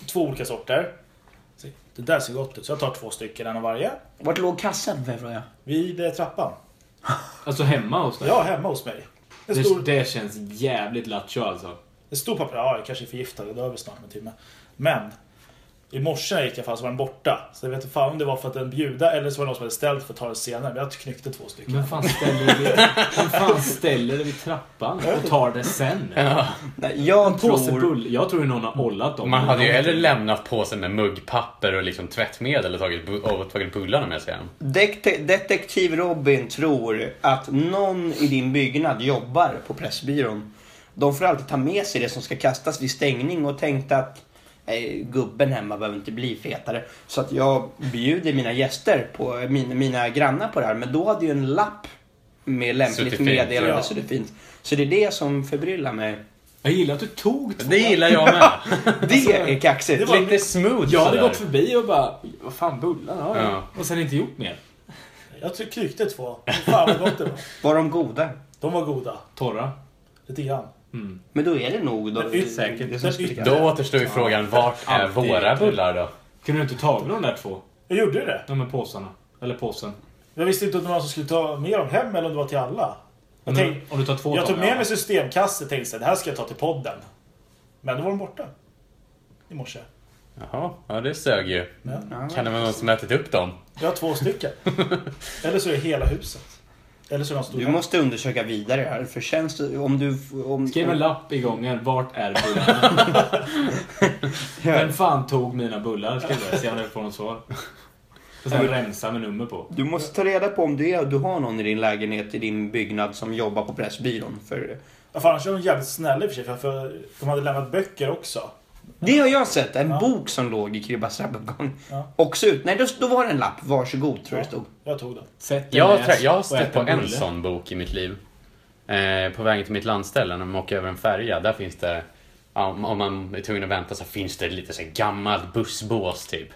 Två olika sorter. Så, Det där ser gott ut. Så jag tar två stycken, en av varje.
Vart låg kassen? får jag fråga?
Vid eh, trappan.
Alltså hemma hos dig.
Ja, hemma hos mig. En stor...
Det, det känns jävligt lattjo alltså.
Det stod papper, ja jag kanske är förgiftad, det dör väl snart om en timme. Men i morse när jag gick i alla fall så var den borta. Så jag vet inte fan om det var för att den bjuda eller så var det någon som hade ställt för att ta det senare. Men jag knyckte två stycken.
Men fan ställer du det, vem fan ställer det vid trappan och tar det sen?
Nej, jag
Påse
tror...
bull. Jag tror ju någon har ollat dem.
Man hade ju hellre lämnat påsen med muggpapper och liksom tvättmedel och tagit, bu- och tagit bullarna med sig hem.
Dekte- Detektiv Robin tror att någon i din byggnad jobbar på Pressbyrån. De får alltid ta med sig det som ska kastas vid stängning och tänkte att eh, gubben hemma behöver inte bli fetare. Så att jag bjuder mina gäster, på, mina, mina grannar på det här. Men då hade ju en lapp med lämpligt
Suttit fint.
meddelande
Ja.
så det är fint. Så det är det som förbryllar mig.
Jag gillar att du tog två.
Det gillar jag med.
Det är kaxigt.
Alltså, det var-
Lite smooth
Jag hade
sådär.
gått förbi och bara, vad fan bullar har jag.
Ja.
Och sen inte gjort mer.
Jag tryck- knyckte två. Fan vad gott det var.
Var de goda?
De var goda.
Torra.
Lite grann.
Mm.
Men då är det nog då,
Det är
säkert.
det som
Det är
spricker.
Då återstår ju frågan, vart är
Alltid.
våra bullar då?
Kunde du inte tagit de där två?
Jag gjorde ju det.
De med påsarna. Eller påsen.
Jag visste inte om det var någon som skulle ta med dem hem eller om det var till alla. Jag,
Men
tänk,
om du tar två tar
jag tog
vi
med
alla.
mig systemkasse och tänkte så här, det här ska jag ta till podden. Men då var de borta. I morse.
Jaha, ja det sög ju.
Ja.
Mm.
Kan det vara någon som ätit upp dem?
Jag har två stycken. eller så är det hela huset. Eller så är det någon som
Du
tog
måste undersöka vidare här, för känns det, om du... Om,
Skriv en lapp i gången. Vart är bullarna? Vem fan tog mina bullar? Skrev jag. Se om jag får något svar. Och sen rensa med nummer på.
Du måste ta reda på om du, är, du har någon i din lägenhet, i din byggnad, som jobbar på Pressbyrån. För
Ja, för annars är de jävligt snälla i och för sig. För, för de hade lämnat böcker också.
Det har jag sett. En
Ja.
bok som låg i Kribbas trappuppgång.
Ja.
Också ut. Nej, då, då var det en lapp. Varsågod, tror jag det
Ja,
stod.
jag tog den.
Sätt
Jag har,
näs
trä- jag har
och
stött
ät
på en
bulle.
sån bok i mitt liv. Eh, på vägen till mitt landställe när man åker över en färja. Där finns det, ja, om, om man är tvungen att vänta så finns det lite så här gammalt bussbås typ.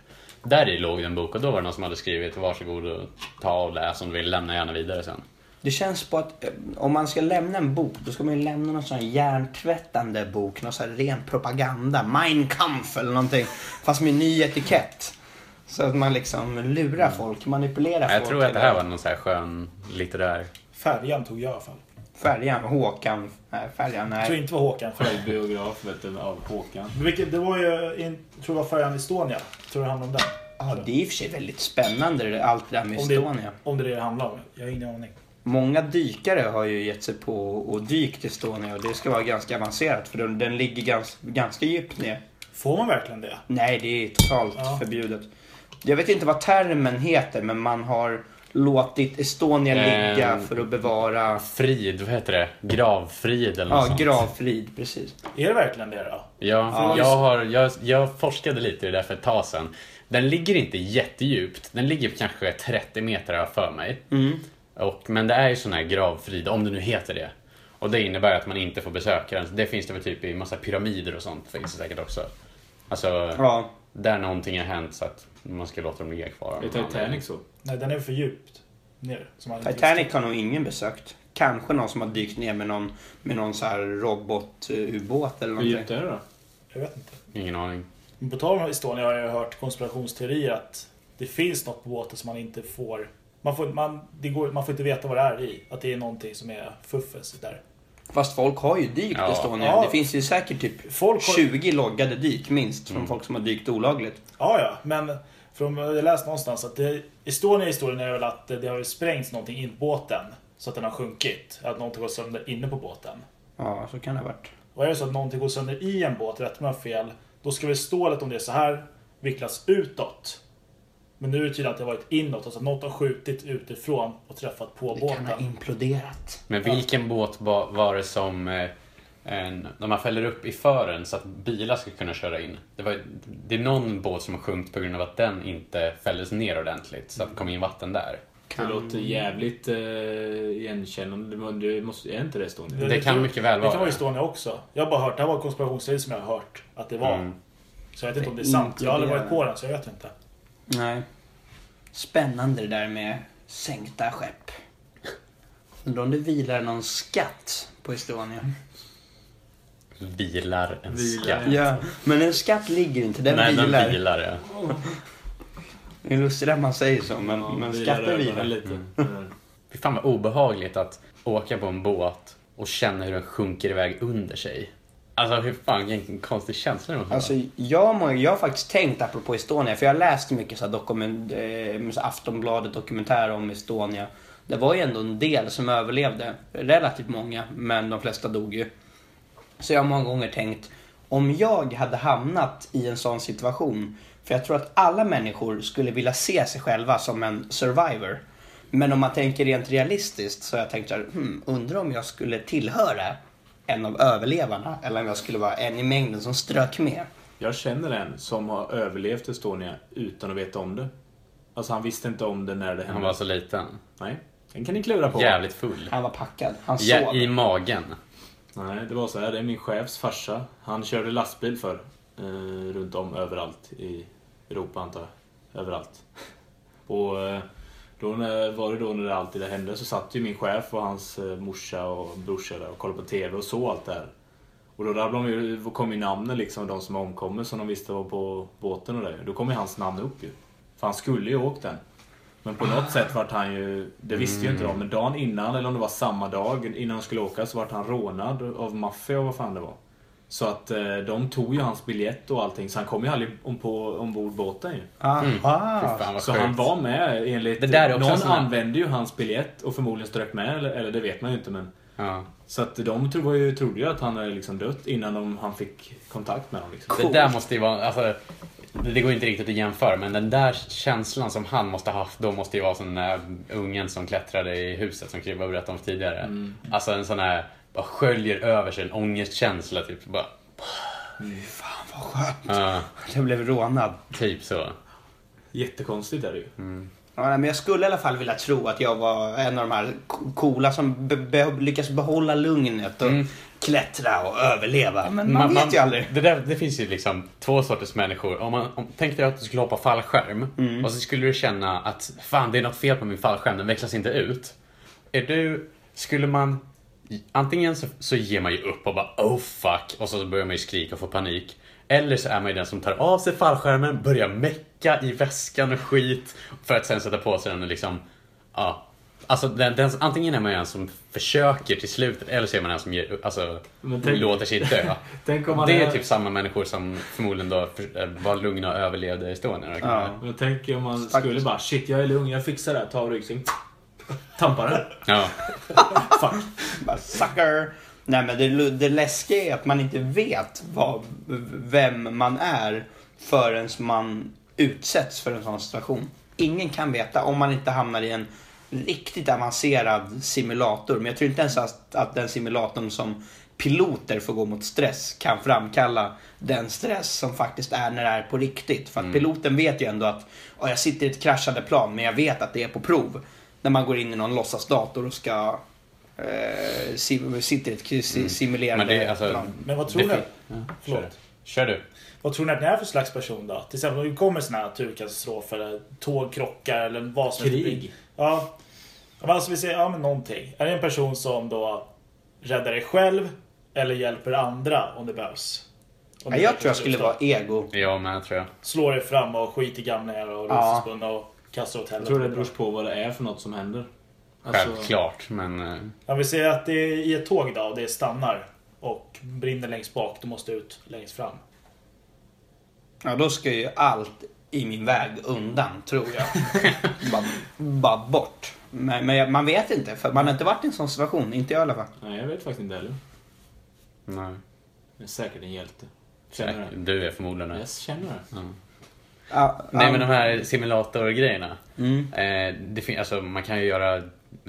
Där i låg det en bok och då var det någon som hade skrivit varsågod och ta och läs om du vill, lämna gärna vidare sen.
Det känns på att eh, om man ska lämna en bok, då ska man ju lämna någon sån här hjärntvättande bok. Någon sån här ren propaganda. Mein Kampf eller någonting. Fast med ny etikett. Så att man liksom lurar folk, manipulerar folk.
Jag tror att det här var någon så här skön litterär...
Färjan tog jag i alla fall.
Färjan, Håkan. Nej, färjan,
Jag tror
nej.
inte det var Håkan. För
Självbiograf vet du, av Håkan.
Vilket, det var ju, in, jag tror det var färjan Estonia. Tror det handlade om den.
Ja, Ah, det är i och för sig väldigt spännande det där- allt det där med
Om det,
Estonia.
om det är det det handlar om. Jag har ingen aning.
Många dykare har ju gett sig på och dykt Estonia och det ska vara ganska avancerat för den, den ligger ganska, ganska djupt ner.
Får man verkligen det?
Nej, det är totalt
Ja.
förbjudet. Jag vet inte vad termen heter men man har låtit Estonia
Ehm.
ligga för att bevara
Frid, vad heter det? Gravfrid eller något
ja,
sånt.
gravfrid. Precis.
Är det verkligen det då?
Ja,
Ja.
Jag, har, jag, jag forskade lite i det där för ett tag sedan. Den ligger inte jättedjupt. Den ligger på kanske 30 meter har jag för mig. Och, men det är ju sån här gravfrid, om det nu heter det. Och det innebär att man inte får besöka den. Det finns det väl typ i massa pyramider och sånt. Finns det säkert också. Alltså,
Ja.
där någonting har hänt så att man ska låta dem ligga kvar. av
Är
någon anledning.
Titanic så?
Nej, den är för djupt ner. som man inte
Titanic har nog ingen besökt. Kanske någon som har dykt ner med någon, med någon så här robotubåt
Hur
eller någonting.
djupt är det då?
visste. Jag vet inte.
Ingen aning.
Men på tal om Estonia har jag hört konspirationsteorier att det finns något på båten som man inte får... Man får, man, det går, man får inte veta vad det är i. Att det är någonting som är fuffens där.
Fast folk har ju dykt
Ja.
Estonia.
Ja.
Det finns ju säkert typ
Folk har-
20 loggade dyk minst från folk som har dykt olagligt.
Ja, ja, men från, jag har läst någonstans att det, Estonia historien är väl att det har sprängts någonting in på båten. Så att den har sjunkit. Att någonting går sönder inne på båten.
Ja, så kan det ha varit.
Och är det så att någonting går sönder i en båt, rätt mig om jag har fel, då ska väl stålet, om det är så här, vicklas utåt. Men nu är det tydligen att det har varit inåt, alltså att något har skjutit utifrån och träffat på
Det kan
båten.
ha imploderat.
Men vilken båt ba- var det som eh, en, när man fäller upp i fören så att bilar ska kunna köra in? Det, var, det är någon båt som har sjunkit på grund av att den inte fälldes ner ordentligt så att det kom in vatten där.
Det låter jävligt eh, igenkännande. Men Det måste, är inte det Estonia?
Det kan mycket väl
Det kan
vara
vara
det.
Estonia också. Jag har bara hört, det här var en konspirationsteori som jag har hört att det var.
Mm.
Så jag vet inte om det är
Det är
sant.
inte
Jag har aldrig
det.
varit på den, så jag vet inte.
Nej. Spännande det där med sänkta skepp. Undrar om det vilar någon skatt på Estonia.
Vilar en
Vilar.
skatt.
Ja, men en skatt ligger inte. Den
Nej,
vilar.
den vilar ja.
Det är lustigt att man säger så, men, men skatten
ögonen
vilar.
lite. Mm.
Fy fan vad obehagligt att åka på en båt och känna hur den sjunker iväg under sig. Alltså hur fan vilken konstig känsla det måste vara.
Alltså, jag, må- jag har faktiskt tänkt apropå Estonia, för jag läste mycket så här dokument, eh, så här Aftonbladet dokumentärer om Estonia. Det var ju ändå en del som överlevde, relativt många, men de flesta dog ju. Så jag har många gånger tänkt, om jag hade hamnat i en sån situation, för jag tror att alla människor skulle vilja se sig själva som en survivor. Men om man tänker rent realistiskt så har jag tänkt så här, hmm, undrar om jag skulle tillhöra en av överlevarna eller om jag skulle vara en i mängden som strök med.
Jag känner en som har överlevt Estonia utan att veta om det. Alltså han visste inte om det när det hände.
Han var så liten.
Nej, den kan ni klura på.
Jävligt full.
Han var packad, han sov.
Ja, I magen.
Nej, det var så här. Det är min chefs farsa. Han körde lastbil för eh, runt om överallt i Europa antar jag. Överallt. Och eh, då när, var det då när det alltid det hände så satt ju min chef och hans eh, morsa och brorsa där och kollade på TV och såg allt det här. Och då rabblade de ju, kom ju namnen liksom, de som omkommit som de visste var på båten och det. Då kom ju hans namn upp ju. För han skulle ju ha åkt den. Men på något sätt vart han ju, det visste ju inte
Mm.
de, men dagen innan eller om det var samma dag innan de skulle åka så vart han rånad av maffia och vad fan det var. Så att eh, de tog ju hans biljett och allting så han kom ju aldrig om på, ombord båten ju.
Ah. Aha.
mm. Fy fan vad
Så han
sjukt.
var med enligt...
Det där är också
någon
en sån här-
använde ju hans biljett och förmodligen strök med, eller, eller det vet man ju inte men.
Ja.
Så att de trodde ju, trodde ju att han hade liksom dött innan de, han fick kontakt med honom.
Det
Liksom.
där måste ju vara, alltså, det det går inte riktigt att jämföra men den där känslan som han måste ha haft då måste ju vara som den där ungen som klättrade i huset som Kribba berättade om
Mm.
tidigare. Alltså en sån här, bara sköljer över sig en ångestkänsla typ. Bara,
Fan vad skönt.
Ja,
Jag blev rånad.
typ så.
Jättekonstigt är det ju.
Mm. Ja, nej, men jag skulle i alla fall vilja tro att jag var en av de här co- coola som be- be- lyckas behålla lugnet och
Mm.
klättra och överleva. Men man, vet ju aldrig.
Det, där, det finns ju liksom två sorters människor. Om man, om, tänk dig att du skulle hoppa fallskärm
Mm.
och så skulle du känna att fan det är något fel på min fallskärm, den växlas inte ut. Är du, skulle man, antingen så, så ger man ju upp och bara oh fuck och så börjar man ju skrika och få panik. Eller så är man ju den som tar av sig fallskärmen, börjar mecka i väskan och skit för att sen sätta på sig den och liksom, ja. Alltså den, den, antingen är man ju en som försöker till slutet eller så är man en som ger, alltså,
Men tänk-
låter sig dö.
Tänk om man
Det
är-
är typ samma människor som förmodligen då för- eh, var lugna och överlevde Estonia. då, kan
Ja.
man-
Men tänk om man skulle bara shit jag är lugn, jag fixar det här, ta av ryggsäcken. Tampar den.
ja.
Bara, Sucker! Nej men det, det läskiga är att man inte vet vad, vem man är förrän man utsätts för en sån situation. Ingen kan veta om man inte hamnar i en riktigt avancerad simulator. Men jag tror inte ens att, att den simulatorn som piloter får gå mot stress kan framkalla den stress som faktiskt är när det är på riktigt. För att piloten vet ju ändå att "Ja, jag sitter i ett kraschande plan men jag vet att det är på prov. När man går in i någon låtsasdator och ska eh, sim- sitter i ett k- si- simulerande
Men det är alltså...
plan.
Men vad tror
det
ni?
fin- Ja,
Förlåt.
kör. Kör du.
Vad tror ni att ni är för slags person då? Till exempel om det kommer såna här naturkatastrofer, eller tåg krockar eller vad som helst.
Krig.
Ja. Ja, men Alltså vi säger, ja men någonting. Är det en person som då räddar dig själv eller hjälper andra om det behövs? Om
Ja,
det
jag
verkligen
tror jag skulle
uppstår.
vara ego.
Jag med tror jag.
Slår dig fram och skiter gamlingar och
Ja.
rullstolsbundna och kastar åt
Jag
helvete.
tror det beror på vad det är för något som händer. Alltså,
Självklart, men... eh,
Om vi säger att det är i ett tåg då och det stannar och brinner längst bak, du måste ut längst fram.
Ja, då ska ju allt i min väg undan, tror jag. bara, bara bort. Men, men jag- man vet inte, för man har inte varit i en sån situation. Inte jag i alla fall.
Nej, jag vet faktiskt inte heller.
Nej.
Men säkert en hjälte. Känner du
Du är förmodligen
det?
det.
Yes, känner du det?
Ja,
Nej
ja,
men de här simulatorgrejerna.
Mm.
Eh, det fin- alltså, man kan ju göra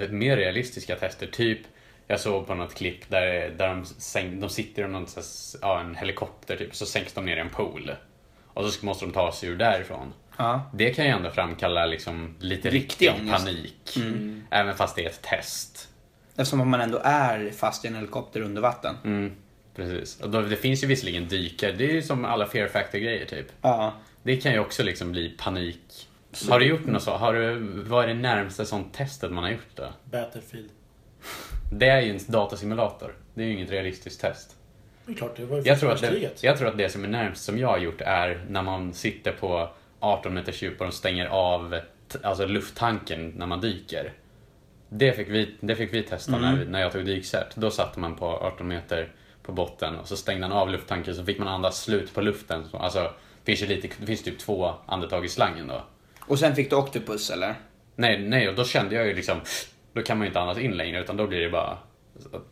mer realistiska tester. Typ, jag såg på något klipp där, där de, sänk, de sitter i någon, så här s- ja, en helikopter typ, så sänks de ner i en pool. Och så ska- måste de ta sig ur därifrån.
Ja.
Det kan ju ändå framkalla liksom lite
Riktig
riktig
ångest.
panik. Även fast det är ett test.
Eftersom man ändå är fast i en helikopter under vatten.
Mm, precis. Och då, det finns ju visserligen dykare. Det är ju som alla fear factor-grejer typ.
Ja.
Det kan ju också liksom bli panik. Har du gjort något så? Har du, vad är det närmsta sånt testet man har gjort då?
Battlefield.
Det är ju en datasimulator. Det är ju inget realistiskt test.
Det är klart, det var ju
Jag tror,
första
att det,
världskriget.
jag tror att det som är närmst som jag har gjort är när man sitter på 18 meters djup och de stänger av t- alltså lufttanken när man dyker. Det fick vi, det fick vi testa när, vi, när jag tog dykcert. Då satte man på 18 meter på botten och så stängde han av lufttanken så fick man andas slut på luften. Så- Alltså, finns ju lite, det finns typ två andetag i slangen då.
Och sen fick du Octopus, eller?
Nej, nej, och då kände jag ju liksom, då kan man ju inte andas in längre utan då blir det bara,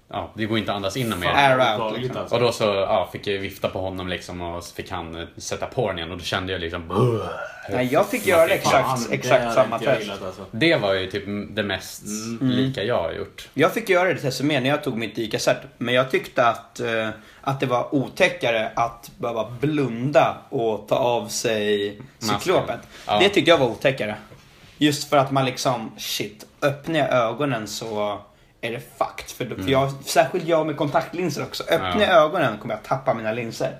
ja, det går inte att andas in mer.
Air out,
Obehagligt,
liksom.
Och
alltså.
då så ja, fick jag ju vifta på honom liksom och så fick han eh, sätta på den igen och då kände jag liksom "Ugh."
Nej, jag fick göra
Fan,
exakt,
det
exakt
hade
samma
inte jag
test.
gillat, alltså.
Det var ju typ det mest lika jag har gjort.
Jag fick göra det testet med när jag tog mitt dykarcert. Men jag tyckte att, eh, att det var otäckare att behöva blunda och ta av sig
Masken.
cyklopet.
Ja.
Det tyckte jag var otäckare. Just för att man liksom, shit, öppnar jag ögonen så är det fucked. För, för jag, särskilt jag med kontaktlinser också. Öppnar jag ögonen kommer jag tappa mina linser.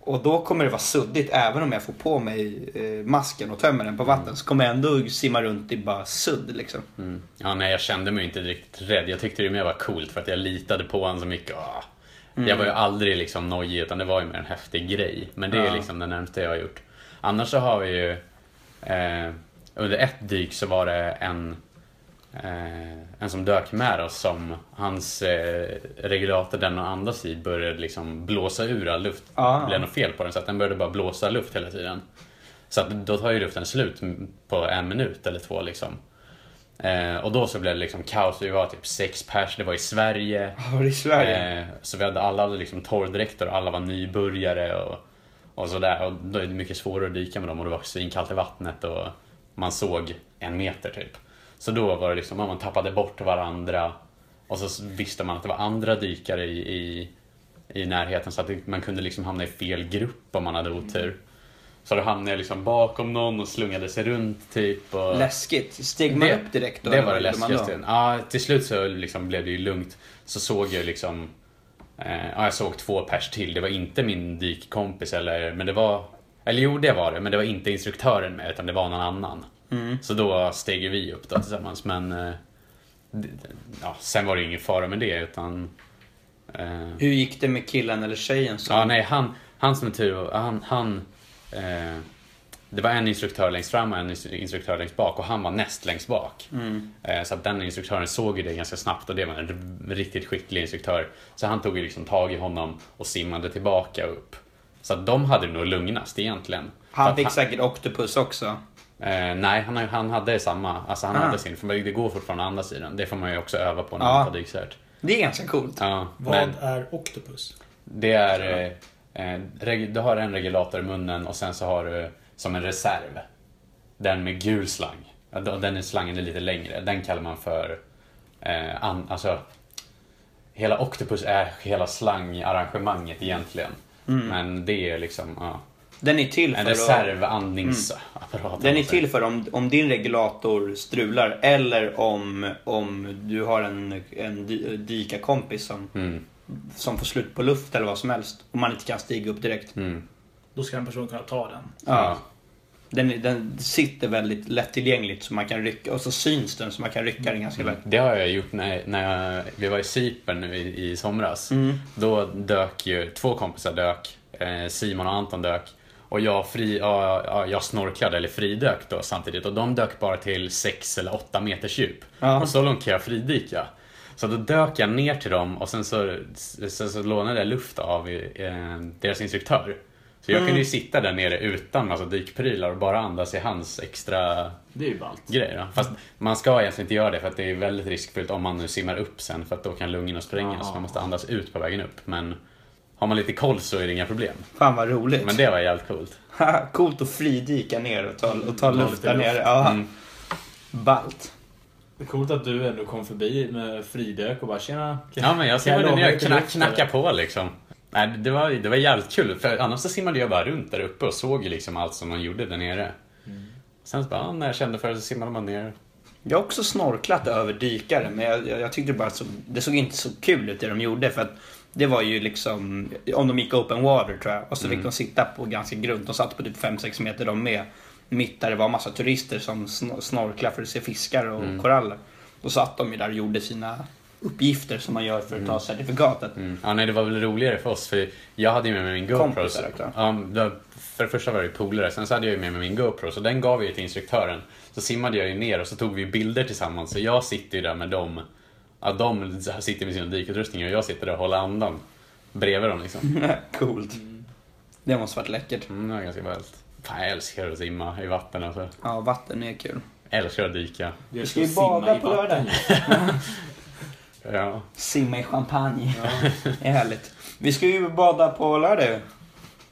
Och då kommer det vara suddigt även om jag får på mig eh, masken och tömmer den på vatten. Så kommer jag ändå simma runt i bara sudd liksom.
Mm. Ja, nej, jag kände mig inte riktigt rädd. Jag tyckte det mer var coolt för att jag litade på honom så mycket. Ah. Jag var ju aldrig liksom nojig utan det var ju mer en häftig grej. Men det är liksom det närmaste jag har gjort. Annars så har vi ju, eh, under ett dyk så var det en Eh, en som dök med oss som hans eh, regulator den han andas i började liksom blåsa ur all luft.
Ah.
Det blev något fel på den så att den började bara blåsa luft hela tiden. Så att då tar ju luften slut m- på en minut eller två liksom. Eh, och då så blev det liksom kaos. Vi var typ sex pers, det var i Sverige.
Var det i Sverige?
Eh, så vi hade alla hade liksom torrdräkter och alla var nybörjare och, och sådär. Och då är det mycket svårare att dyka med dem och det var svinkallt i vattnet och man såg en meter typ. Så då var det liksom, ja, man tappade bort varandra och så visste man att det var andra dykare i, i i närheten så att det- man kunde liksom hamna i fel grupp om man hade otur. Så då hamnade jag liksom bakom någon och slungade sig runt typ. Och...
Läskigt. Steg man
Det-
upp direkt då?
Det
eller
var det
vad gjorde man då?
läskigaste. Ja, till slut så liksom blev det ju lugnt. Så såg jag liksom... Eh, ja, jag såg två pers till. Det var inte min dykkompis eller... Men det var... Eller jo, det var det. Men det var inte instruktören med utan det var någon annan.
Mm.
Så då steg ju vi upp då tillsammans. Men... Eh, det- ja, sen var det ingen fara med det utan... Eh,
Hur gick det med killen eller tjejen? Så?
Ja, nej, han, han som är tur var- han, han eh, Det var en instruktör längst fram och en instru- instruktör längst bak och han var näst längst bak.
Mm.
Eh, så att den instruktören såg ju det ganska snabbt och det var en r- riktigt skicklig instruktör. Så han tog ju liksom tag i honom och simmade tillbaka upp. Så att de hade det nog lugnast egentligen. För
Han
att
fick säkert Octopus också.
Eh, nej, han, har- han hade samma. Alltså han
Ah.
hade sin, för det går fortfarande å andra sidan. Det får man ju också öva på när
Ja.
man tar dykcert.
Det är ganska coolt.
Ja,
Vad
men-
är Octopus?
Det är... eh, eh, reg- Du har en regulator i munnen och sen så har du som en reserv. Den med gul slang. Ja, då- Den är slangen är lite längre. Den kallar man för... Eh, an, alltså, hela Octopus är hela slangarrangemanget egentligen. Men det är liksom ja,
Den är Mm. till för
en
att... Mm.
reservandningsapparat.
Den är till för om, om din regulator strular eller om, om du har en, en dy- dykarkompis som,
Mm,
som får slut på luft eller vad som helst. Och man inte kan stiga upp direkt.
mm,
Då ska en person kunna ta den.
ja.
Den, är- den sitter väldigt lättillgängligt så man kan rycka och så syns den så man kan rycka den ganska lätt.
Mm. Det har jag gjort när, när jag, vi var i Cypern nu i, i somras. Då dök ju, två kompisar dök, eh, Simon och Anton dök. Och jag, fri, ja, ja, jag snorklade, eller fridök då samtidigt. Och de dök bara till 6 eller 8 meters djup.
Ja.
Och så långt kan jag fridyka. Så då dök jag ner till dem och sen så, sen så lånade jag luft av eh, deras instruktör. Så jag kunde ju sitta där nere utan massa dykprylar och bara andas i hans extra
Det är ju ballt.
grejer. Då. Fast man ska egentligen inte göra det för att det är väldigt riskfyllt om man nu simmar upp sen för att då kan lungorna sprängas.
Ja.
Man måste andas ut på vägen upp. Men har man lite koll så är det inga problem.
Fan vad roligt.
Men det var jävligt coolt.
Haha, Coolt att fridyka ner och ta, och ta luft
lite
där
luft.
nere. Ja.
Mm.
Ballt.
Det är coolt att du ändå kom förbi med fridök och bara tjena. kan-
Ja men jag
kan
simmade
låna
ner och
lite
knack,
luft, eller?
knackade på liksom. Nej, det, var, det var jävligt kul för annars så simmade jag bara runt där uppe och såg ju liksom allt som man gjorde där nere.
Mm.
Sen så bara, ja, när jag kände för det så simmade man ner.
Jag har också snorklat över dykare men jag, jag, jag tyckte bara att så, det såg inte så kul ut det de gjorde för att det var ju liksom om de gick open water tror jag och så fick de sitta på ganska grunt. De satt på typ 5-6 meter de med. Mitt där det var massa turister som snor- snorklade för att se fiskar och koraller. Då satt de ju där och gjorde sina uppgifter som man gör för att ta certifikatet.
Mm. Ja, nej, det var väl roligare för oss för jag hade ju med mig min GoPro.
Kompisar,
så-
klart.
ja, det var- för det första var det ju polare, sen så hade jag ju med mig min GoPro så den gav jag ju till instruktören. Så simmade jag ju ner och så tog vi ju bilder tillsammans så jag sitter ju där med dem. Ja, de sitter med sina dykutrustningar och jag sitter där och håller andan bredvid dem
Mm.
liksom.
Coolt. Det måste varit läckert.
Mm, det var ganska ballt. Fan, jag älskar att simma i vatten alltså.
Ja, vatten är kul.
Älskar att dyka.
Jag
ska ju
simma
bada
i
på
vatten.
lördag.
Ja.
Simma i champagne. Det är härligt. Vi ska ju bada på lördag ju.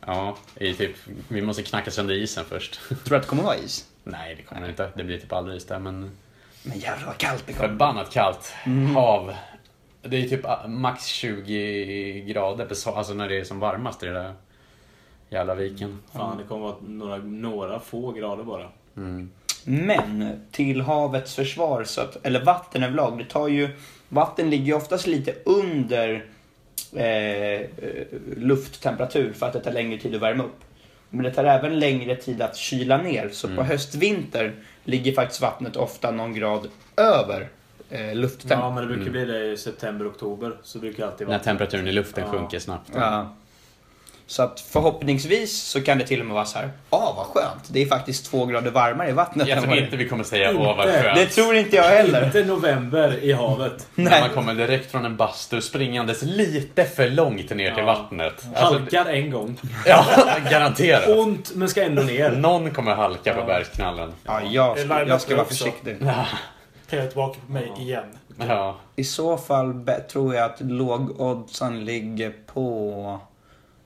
ja, i typ, vi måste knacka sönder isen först.
Tror du att det kommer vara is?
nej, det kommer inte. Det blir typ aldrig is där men
Men jävlar vad kallt det kommer.
Förbannat kallt. Hav. Det är typ ah, max 20 grader på so- alltså när det är som varmast i den där jävla viken.
Fan, det kommer vara några, några få grader bara.
Men till havets försvar, så att, eller vatten överlag, det tar ju... Vatten ligger ju oftast lite under eh, eh, lufttemperatur för att det tar längre tid att värma upp. Men det tar även längre tid att kyla ner. Så på höst-vinter ligger faktiskt vattnet ofta någon grad över eh, lufttemp.
Ja, men det brukar
Mm.
bli det i september, oktober. Så brukar det alltid
När
vara.
temperaturen i luften
Ja.
sjunker snabbt.
Ja. Så att förhoppningsvis så kan det till och med vara så här. Ja, vad skönt. Det är faktiskt två grader varmare i vattnet.
Jag
än
tror
vad det-
inte vi kommer säga
Inte.
åh vad skönt.
det tror inte jag heller.
Inte november i havet.
När man kommer direkt från en bastu springandes lite för långt ner till
Ja.
vattnet. Alltså,
Halkar en gång.
ja, garanterat.
Ont, men ska ändå ner.
Någon kommer halka på
Ja.
bergsknallen.
Ja, jag
Det
ska,
är
jag ska vara
också.
försiktig.
Pekar tillbaka på mig
Ja.
igen.
Ja.
I så fall be- tror jag att lågoddsan ligger på...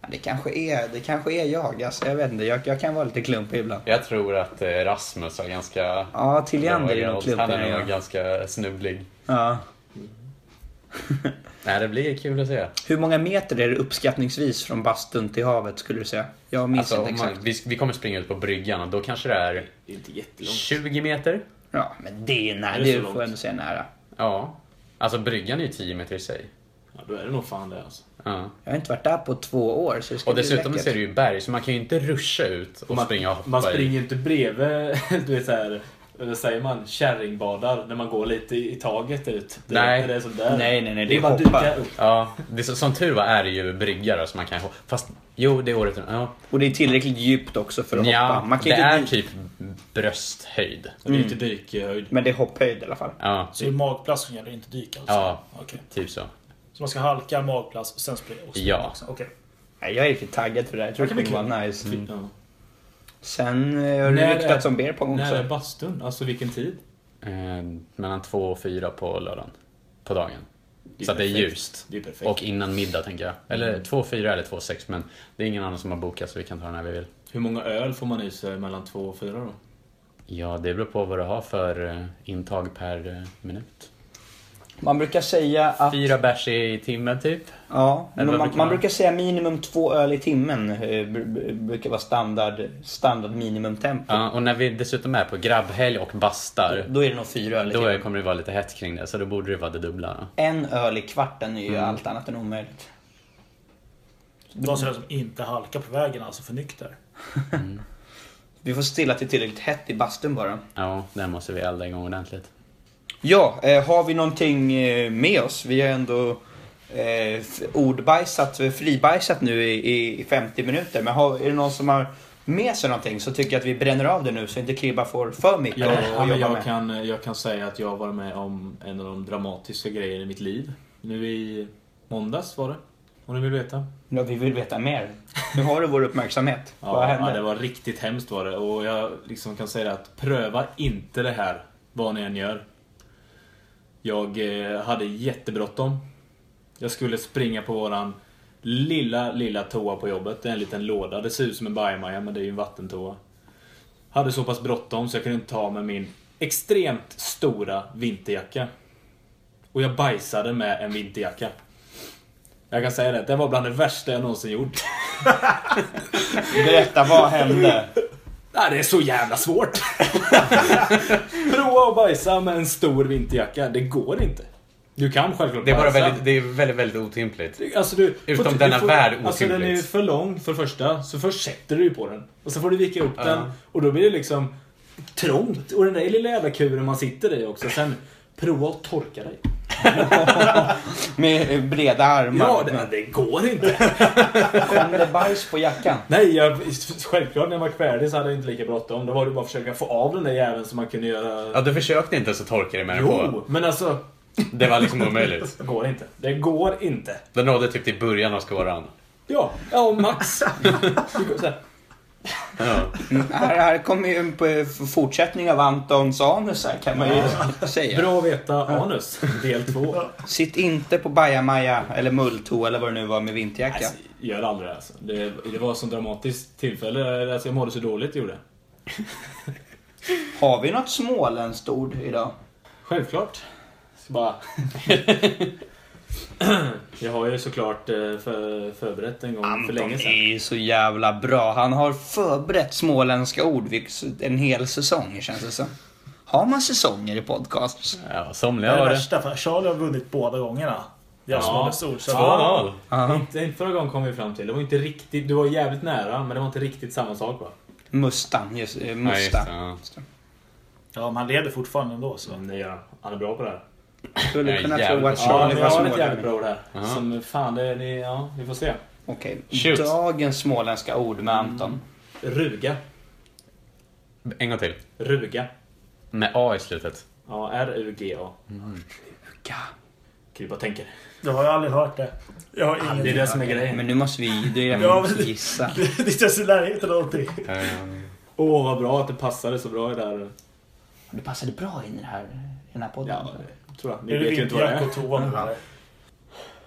Ja, Det kanske är, det kanske är jag. Alltså, jag vet inte. Jag, jag kan vara lite klumpig ibland.
Jag tror att eh, Rasmus har ganska...
Ja, Tilliander är nog
Han är nog
klumpig.
ganska snubblig.
Ja.
Nej, det blir kul att se.
Hur många meter är det uppskattningsvis från bastun till havet skulle du säga? Jag minns
Alltså,
inte
om
exakt.
man, vi, vi kommer springa ut på bryggan och då kanske det är
Det är inte jättelångt.
20 meter.
Ja, men det är nära.
Är det
Det,
så
får
långt?
jag ändå säga nära.
Ja. Alltså bryggan är ju 10 meter i sig.
Ja, då är det nog fan det alltså.
Ja.
Jag har inte varit där på två år så det ska
Och
bli
dessutom
läckert.
så är det ju berg, så man kan ju inte ruscha ut och
man,
springa och hoppa
man
i.
springer ju inte bredvid, du vet såhär, vad säger man, kärringbadar när man går lite i taget ut. Det,
Nej.
Det är sådär.
Nej, nej, nej,
Det
det
är bara
hoppar.
dyka upp.
Ja, det, är så- som tur var är det ju bryggar då, så man kan hoppa. Fast jo, det är året runt. Ja.
Och det är tillräckligt djupt också för att
Nja,
hoppa. Man kan
det
ju inte
är
dy-
typ brösthöjd.
Det är inte dykhöjd.
Men det är hopphöjd i alla fall.
Ja,
Så det är magplats som gäller, inte dyk alltså?
Ja.
Okej.
typ så.
Så man ska halka, magplats och sen springa? och springa
Ja.
också. Okej.
Nej, jag är riktigt taggad för det här. Jag tror
Det
det
kan
kommer
bli Mm.
vara nice.
Mm.
Ja.
Sen eh, har
När
det
är-
ryktats om beer pong
När är
också.
bastun? Alltså vilken tid?
Eh, mellan två och fyra på lördagen. På dagen.
Det är
Så att det är
perfekt.
ljust.
Det är perfekt.
Och innan middag tänker jag. Eller två fyra eller två sex men det är ingen annan som har bokat så vi kan ta den när vi vill.
Hur många öl får man i sig mellan två och fyra då?
Ja, det beror på vad du har för eh, intag per eh, minut.
Man brukar säga att...
Fyra bärs i timmen typ.
Ja,
Eller
men
vad
man,
brukar man-
man brukar säga minimum två öl i timmen. eh, br- br- Brukar vara standard, standard minimumtempo.
Ja, och när vi dessutom är på grabbhelg och bastar,
Då är det nog fyra öl i
då
timmen.
är, kommer det vara lite hett kring det. Så då borde det vara det dubbla. Då.
En öl i kvarten är ju
Mm.
allt annat än omöjligt.
De ser det som inte halkar på vägen, alltså för nykter.
Vi får se till att det är tillräckligt hett i bastun bara.
Ja, den måste vi elda igång ordentligt.
Ja, eh, har vi någonting eh, med oss? Vi har ändå eh, f- ordbajsat, fribajsat nu i, i- i 50 minuter. Men har, är det någon som har med sig någonting så tycker jag att vi bränner av det nu så inte Kribba får för mycket
Jag,
att
ja,
jobba
men jag,
med.
kan, jag kan säga att jag var med om en av de dramatiska grejerna i mitt liv. Nu i måndags var det. Om ni vill veta.
Ja, vi vill veta mer. Nu har du vår uppmärksamhet. Vad
Ja,
hände?
ja, det var riktigt hemskt var det. Och jag liksom kan säga det att pröva inte det här vad ni än gör. Jag eh, hade jättebråttom. Jag skulle springa på våran lilla, lilla toa på jobbet. Det är en liten låda. Det ser ut som en bajamaja men det är ju en vattentoa. Hade så pass bråttom så jag kunde inte ta med min extremt stora vinterjacka. Och jag bajsade med en vinterjacka. Jag kan säga det, det var bland det värsta jag någonsin gjort.
Berätta, vad hände?
Nej, det är så jävla svårt. Prova att bajsa med en stor vinterjacka. Det går inte. Du kan självklart
Det är, bara
bajsa.
väldigt, det är väldigt, väldigt otympligt.
Alltså du,
Utom
får- du
denna
får-
värld
Alltså den är ju
otympligt.
för lång för första, så först sätter du ju på den. Och så får du vika upp den och då blir det liksom trångt. Och den där lilla jävla kuren man sitter i också. Sen prova att torka dig.
Med eh, breda armar.
Ja, det, det går inte.
Kom det bajs på jackan?
Nej, jag, självklart när jag var färdig så hade jag inte lika bråttom. Då var det bara att försöka få av den där jäveln så man kunde göra...
Ja, du försökte inte så torkade det med den
jo,
på.
men alltså.
Det var liksom omöjligt.
Det går inte. Det går inte.
Den nådde typ till början av skåran.
Ja, ja max. Så här.
Ja.
Mm, Här, här kommer ju en p- fortsättning av Antons anus här kan man ju säga.
Bra att veta anus, del två.
Sitt inte på bajamaja eller mullto eller vad det nu var med vinterjacka.
Alltså, gör aldrig det alltså. Det, det var ett sånt dramatiskt tillfälle. Alltså, jag mådde så dåligt jag gjorde.
Har vi något småländskt ord idag?
Självklart. Så bara... jag har ju såklart eh, för, förberett en gång för länge sedan.
är så jävla bra. Han har förberett småländska ord vid- en hel säsong känns det som. Har man säsonger i podcasts?
Ja,
Det
somliga
är det
var det.
värsta, för Charlie har vunnit båda gångerna. Det är
Ja.
alltså ja. ord. Så
Ja.
Ja.
Inte, inte förra gången kom vi fram till. Det var inte riktigt... Du var jävligt nära, men det var inte riktigt samma sak va?
Mustan, just, eh,
Ja, just
musta.
det, ja.
ja, men han leder fortfarande ändå. Så.
Men det gör han. Han är bra på det här.
Skulle
Nej,
kunna
jävligt
tro att
bra.
Ja,
Charlie
vi
var
har ett jävligt
smålänning.
bra ord här. Som fan, det, det, ja, vi får se.
Okej,
Shoot.
dagens småländska ord med Anton.
Ruga.
En gång till.
Ruga.
Med A i slutet.
Ja, R-U-G-A.
Ja.
Kan du bara tänka dig.
Jag har ju aldrig hört det. Jag har ingen...
Det är det som är grejen.
Men nu måste vi, det är
Ja,
redan
men-
gissa.
det är så lärligt eller någonting.
Åh, vad bra att det passade så bra i det här.
Det passade bra in i, det här, i den här podden.
Ja, det tror jag.
Nu
Ni
är det
vet ju inte vad det
vinterjacka
är.
och toa nu.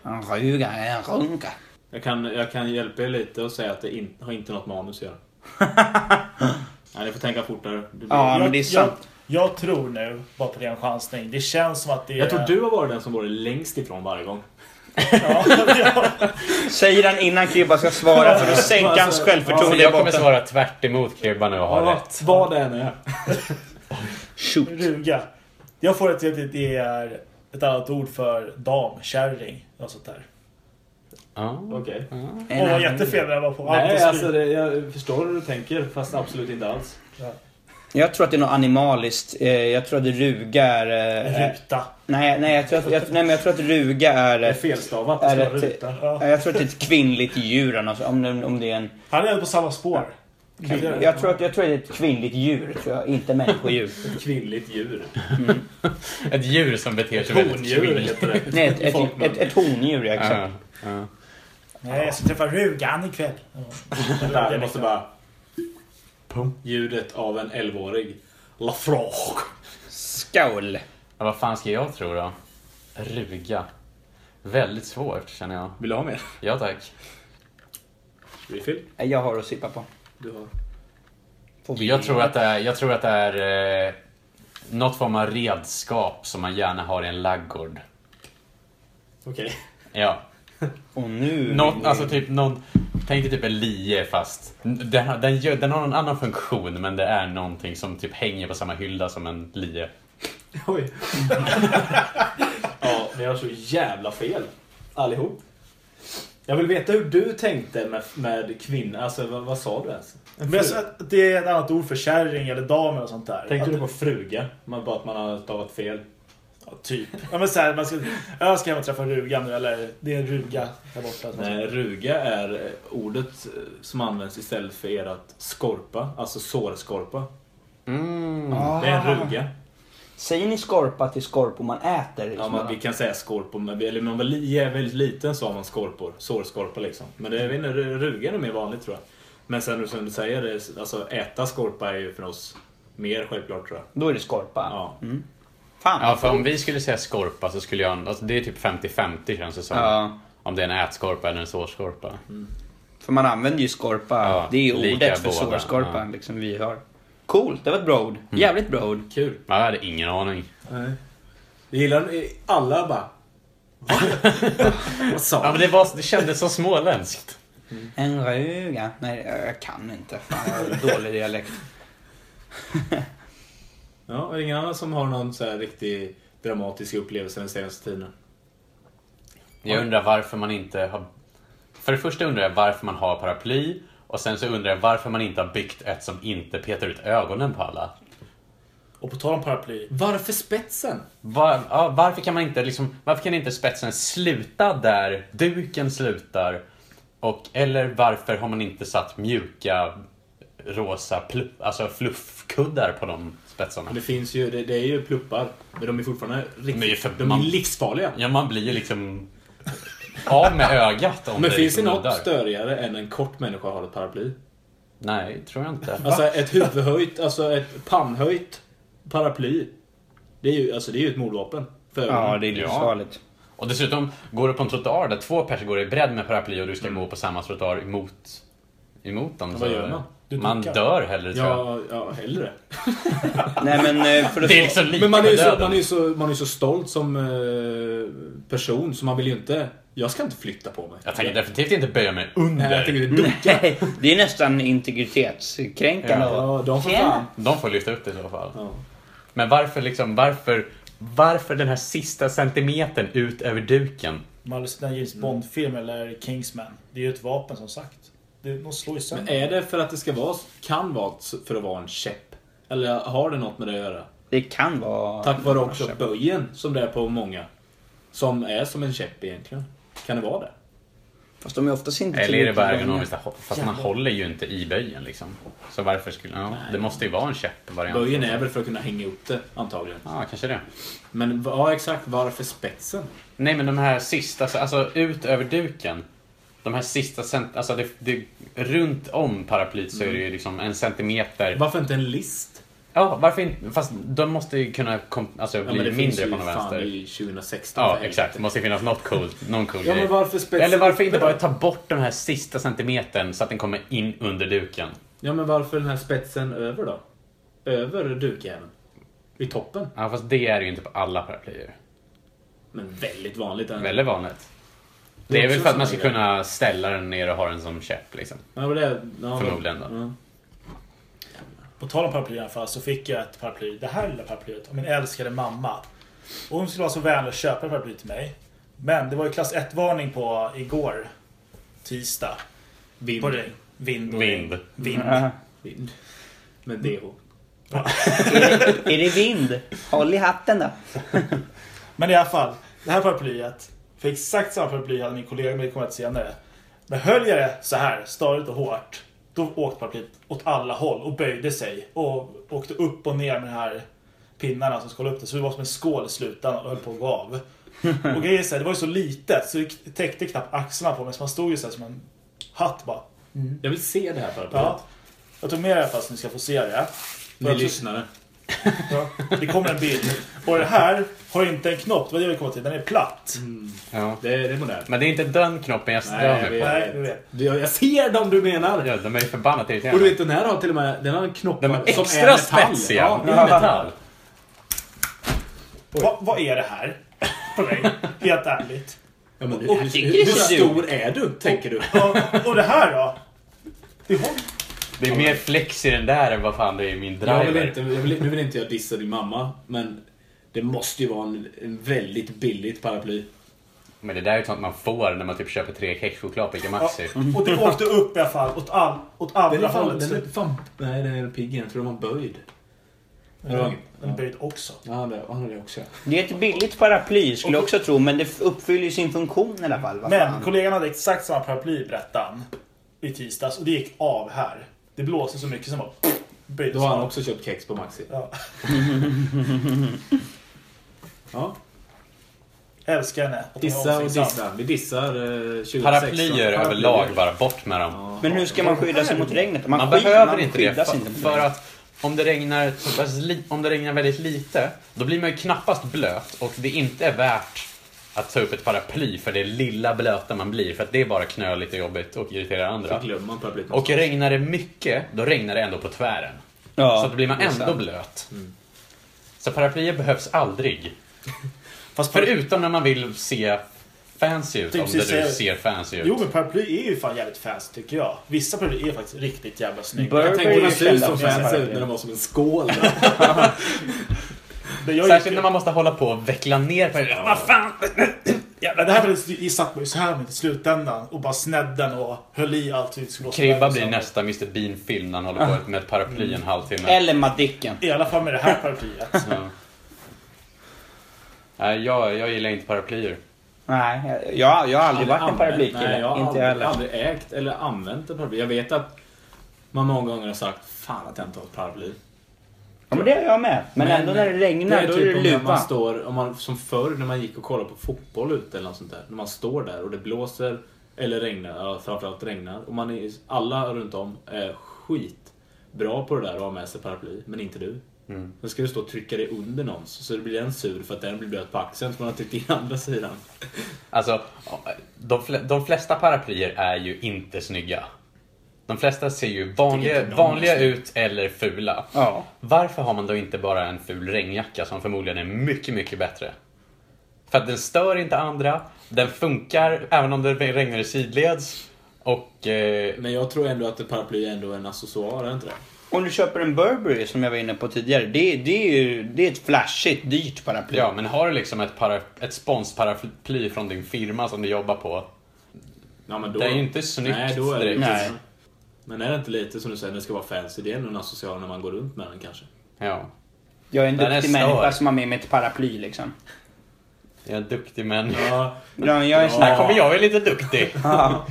eller?
En ruga är en runka.
Jag kan, jag kan hjälpa er lite och säga att det in, har inte något manus att göra. Nej, ni får tänka fortare. Det blir-
Ja,
Jag-
men det är sant.
jag- Jag tror nu, bara på ren chansning, det känns som att det är...
Jag tror du har varit den som varit längst ifrån varje gång.
Ja, ja.
Säger han innan Kribba ska svara för att sänka hans
Så
självförtroende
jag
i
kommer
botten.
svara tvärt emot Kribban nu och ha rätt.
Vad det än är.
Ruga. Jag får det till att det är ett annat ord för dam, kärring. Något sånt där.
Ja.
Okej.
Åh, vad jättefel det var på.
Nej,
Allt
alltså det, jag förstår hur du tänker, fast absolut inte alls.
Jag tror att det är något animaliskt. Eh, Jag tror att ruga är... eh,
Ruta.
Nej, nej, jag tror att, jag, nej men jag tror att ruga är...
Det är
eh,
felstavat. Det
Är det
ska vara
till-
ruta.
Ja.
ja, Jag tror att det är ett kvinnligt djur eller något så- om, det- om det är en...
Han är ändå på samma spår.
Jag tror, att, jag tror att det är ett kvinnligt djur, tror jag. Inte människodjur.
Ett kvinnligt djur.
Ett djur som beter sig väldigt
Hondjur
kvinnligt.
heter det.
Nej, ett, ett,
Folkmun.
ett, ett hondjur, ja, exakt.
Ja, ja.
Nej, jag ska träffa Rugan ikväll. Ja.
Vänta, jag måste bara... Ljudet av en 11-årig. La Frog.
Skål!
Ja, vad fan ska jag tro då? Ruga. Väldigt svårt känner jag.
Vill du ha mer?
Ja tack.
Refill?
Nej, Jag har att sippa på.
Du har.
Jag tror att det är, jag tror att det är eh, något form av redskap som man gärna har i en laggård.
Okej.
Ja.
Och nu...
Något, alltså typ någon, tänk dig typ en lie fast den, har- den, gör, den har någon annan funktion men det är någonting som typ hänger på samma hylla som en lie.
Oj. ja, men jag har så jävla fel. Allihop. Jag vill veta hur du tänkte med, med kvinna. Alltså vad, vad sa du ens?
Men jag sa att det är ett annat ord för kärring eller dam eller sånt där.
Tänkte
att,
du på fruga? Man, bara att man har stavat fel.
Ja, typ. Ja, men så här, man ska, jag ska hem och träffa Rugan nu, eller det är en Ruga där borta.
Nej, ruga är eh, ordet eh, som används istället för ert skorpa. Alltså sårskorpa. Det är en ruga.
Säger ni skorpa till skorpor man äter?
Ja,
Liksom,
man, vi kan säga skorpor, men vi- eller när man var li- är väldigt liten så har man skorpor. Sårskorpa liksom. Men det, jag vet inte, rugen är mer vanligt tror jag. Men sen som du säger, det är- alltså äta skorpa är ju för oss mer självklart tror jag.
Då är det skorpa.
Ja.
Mm.
Fan.
Ja, för om vi skulle säga skorpa så skulle jag... Alltså det är typ 50-50 känns det som.
Ja,
Om det är en ätskorpa eller en sårskorpa.
För man använder ju skorpa.
Ja,
det är ju
lika
ordet för
båda,
sårskorpa
ja. Mm.
liksom vi har. Coolt, det var ett bra ord. Jävligt bra ord.
Kul.
Jag hade ingen aning.
Nej. Det gillar alla bara. Vad sa
Ja, men det, var, det kändes så småländskt.
En ruga. Nej, jag kan inte. Fan, jag har dålig dialekt.
Ja, och ingen annan som har någon så här riktig dramatisk upplevelse den senaste tiden?
Jag undrar varför man inte har... För det första undrar jag varför man har paraply. Och sen så undrar jag varför man inte har byggt ett som inte petar ut ögonen på alla.
Och på tal om paraply.
Varför spetsen?
Var, ja, varför kan man inte liksom, varför kan inte spetsen sluta där duken slutar? Och, eller varför har man inte satt mjuka rosa pl, alltså fluffkuddar på de spetsarna?
Det finns ju, det, det är ju pluppar. Men de är fortfarande
Men det är
riktigt,
för-
de är
man-
livsfarliga.
Ja, man blir ju liksom av med ögat om
Men
det
finns det
liksom nuddar.
något störigare än en kort människa har ett paraply?
Nej, tror jag inte.
Alltså ett huvudhöjt, alltså ett pannhöjt paraply. Det är ju, alltså det är ju ett mordvapen. För
Ja,
ögonen.
det är livsfarligt.
Och dessutom, går du på en trottoar där två personer går i bredd med paraply och du ska gå på samma trottoar emot, emot dem.
Mm. Vad gör man?
Du
man
duckar.
dör hellre tror jag.
ja, ja, hellre.
Nej men eh, för att...
Det är liksom lika
Men man är
med
ju så,
döden.
man är ju så, man är ju så stolt som eh, person så man vill ju inte, jag ska inte flytta på mig.
Jag tänker definitivt inte böja mig under.
Nej, jag tänker ducka.
Nej, det är nästan integritetskränkande.
Ja, de får fan.
Tjena.
De får lyfta upp det i så fall.
Ja.
Men varför liksom, varför, varför den här sista centimetern ut över duken?
Man har sett en James
Mm.
Bond-film eller Kingsman. Det är ju ett vapen som sagt. Det, de slår ju
Men
sönder.
är det för att det ska vara, kan vara för att vara en käpp? Eller har det något med det att göra?
Det kan vara...
Tack vare också böjen som det är på många. Som är som en käpp egentligen. Kan det vara det?
Fast de är oftast inte
Eller är det
tillräckligt
bara
långa.
ergonomiskt? Fast man håller ju inte i böjen liksom. Så varför skulle, ja, det måste ju vara en käppvariant.
Böjen är väl för att kunna hänga upp det antagligen.
Ja, kanske det.
Men ja, exakt varför spetsen?
Nej men de här sista, alltså- alltså ut över duken. De här sista cent, alltså det, det, runt om paraplyt så är det
Mm.
ju liksom en centimeter.
Varför inte en list?
Ja, varför inte? Fast de måste ju kunna kom, alltså,
Ja,
bli
men det finns
mindre
ju
på någon
fan
vänster.
i 2016.
Ja,
för
exakt. Det måste ju finnas något coolt, någon cool
Ja, men
grej.
varför spetsa
Eller varför inte
upp det
bara ta bort den här sista centimetern så att den kommer in under duken?
Ja, men varför den här spetsen över då? Över dukjäveln? i toppen.
Ja, fast det är det ju inte på alla paraplyer.
Men väldigt vanligt. är det.
Väldigt vanligt.
Det är
Det är väl
också
för att man
sån
ska
grej.
kunna ställa den ner och ha den som käpp liksom.
Ja, men det, ja,
Förmodligen då.
Ja.
På tal om paraply i alla fall så fick jag ett paraply, det här lilla paraplyet, av min älskade mamma. Och hon skulle vara så vänlig och köpa ett paraply till mig. Men det var ju klass 1-varning på igår, tisdag.
Vind.
På regn. Vind. och regn.
Vind.
Vind.
Vind. Med DH.
Är det vind? Håll i hatten då.
Men i alla fall, det här paraplyet. För exakt samma paraply hade min kollega, men det kommer jag till senare. Men höll jag det så här, stadigt och hårt. Då åkte paraplyet åt alla håll och böjde sig. Och åkte upp och ner med de här pinnarna som skulle upp det. Så det var som en skål i slutändan och höll på att gå av. Och grejen är så här, det var ju så litet så det täckte knappt axlarna på mig. Så man stod ju så här som en hatt bara.
Jag vill se det här paraplyet.
Ja. Jag tog med det här fast ni ska få se det.
Ni lyssnare.
Ja, det kommer en bild. Och det här har inte en knopp, det var det vi kom till. Den är platt.
Ja.
Det, är- det är modernt.
Men det är inte den knoppen jag
Nej, jag
stör mig
vet.
på.
Nej, jag vet.
Du, Jag jag ser dem du menar!
Ja, de är ju förbannat
Och du
irriterande.
vet den här har till och med den har en knopp
De är
som är
extra
metall.
spetsiga.
Ja,
I metall.
Va, vad är det här? På mig. Helt ärligt.
Ja, men hur,
Och-
hur,
tycker det är
hur
så
stor är du, tänker du?
Och, och det här då? Det har,
Det är mer flex i den där än vad fan det är i min
Jag vill
driver.
inte, jag vill, nu vill inte jag dissa din mamma, men det måste ju vara en, en väldigt billigt paraply.
Men det där är ju sånt man får när man typ köper tre kexchoklad på Ica
ja,
Maxi.
och det åkte upp i alla fall åt, all, åt
Den är
andra
fan,
hållet.
den
så-
är fan, nej, den är pigg igen, för den var böjd.
Den är böjd också.
Ja, han är, han är det också.
Det är ett billigt paraply skulle jag också tro, men det uppfyller ju sin funktion i alla fall. vad
Men
fan.
kollegan hade exakt samma paraply berättade han, i tisdags och det gick av här. Det blåste så mycket som bara böjdes
Då har han
av.
också köpt kex på Maxi.
Ja.
Ja,
Älskar henne. Att hon
dissa och
är omtänksam.
dissa. Vi dissar eh, 2016.
Paraplyer överlag bara, bort med dem.
Men hur ska man skydda sig mot regnet? Man,
Man
skydd-
behöver
man
inte det.
skyddas
För,
inte mot
för
regnet.
att om det, regnar, så pass li- om det regnar väldigt lite, då blir man ju knappast blöt och det inte är värt att ta upp ett paraply för det lilla blöta man blir. För att det är bara knöligt och jobbigt och irriterar
Så
andra.
glömmer man paraplyet.
Och regnar det mycket, då regnar det ändå på tvären.
Ja,
så att då blir man
det är
ändå
sant. Mm.
blöt. Så paraplyer behövs aldrig.
Fast paraply,
Förutom när man vill se fancy ut,
Typ
om det nu
ser-
ser fancy ut.
jo men paraply är ju fan jävligt fast tycker jag. Vissa paraply är faktiskt riktigt jävla snygga.
Bör-
Jag tänker att det
Burberry
som
kända
fanns
för
ut när den var som en skål.
Men jag gick ju-
Särskilt när man måste hålla på och veckla ner på Vad fan!
Jävlar, det här var det satt mig så här med i slutändan och bara snedden och höll i allt vi skulle blåsa
Kribba
iväg
blir
sen.
nästa Mr Bean-film när han håller på med ett paraply en halvtimme.
Eller Madicken.
I alla fall med det här paraplyet.
Ja. Nej, jag, jag gillar inte paraplyer.
Nej, jag- jag, jag har aldrig varit en
Använt.
paraplykille.
Nej, jag har
Inte
aldrig,
jag heller.
aldrig ägt eller använt ett paraply. Jag vet att man många gånger har sagt Fan att jag inte har ett paraply.
Ja, men det har jag med. Men, ändå när det regnar, typ
är typ
då är det
om när man
luva.
står, om man, som förr när man gick och kollade på fotboll ute eller något sånt där. När man står där och det blåser eller regnar, ja, framförallt regnar. Och man är, alla runt om är skitbra på det där att ha med sig paraply, men inte du. Mm. Sen ska du stå och trycka dig under någons, så det blir den sur för att den blir blöt på axeln, så man har tryckt in andra sidan.
Alltså, de, fle- de flesta paraplyer är ju inte snygga. De flesta ser ju vanliga, vanliga ut eller fula.
Ja.
Varför har man då inte bara en ful regnjacka som förmodligen är mycket, mycket bättre? För att den stör inte andra, den funkar även om det regnar i sidleds och... Eh,
Men jag tror ändå att ett paraply är ändå en accessoar, är det inte det?
Om du köper en Burberry, som jag var inne på tidigare, det, det är ju det är ett flashigt, dyrt paraply.
ja, men har du liksom ett, para, ett sponsparaply från din firma som du jobbar på,
Ja, men då,
Det är ju inte snyggt
Nej, då är det
direkt.
Nej.
Men är det inte lite som du säger, det ska vara fancy? Det är nog en social när man går runt med den kanske.
ja.
Jag är en
Den är
duktig
stor.
människa som har med mig ett paraply liksom.
Jag är en duktig människa.
Ja,
Ja, jag är en sån
Här
här...
kommer jag är lite duktig.
Ja.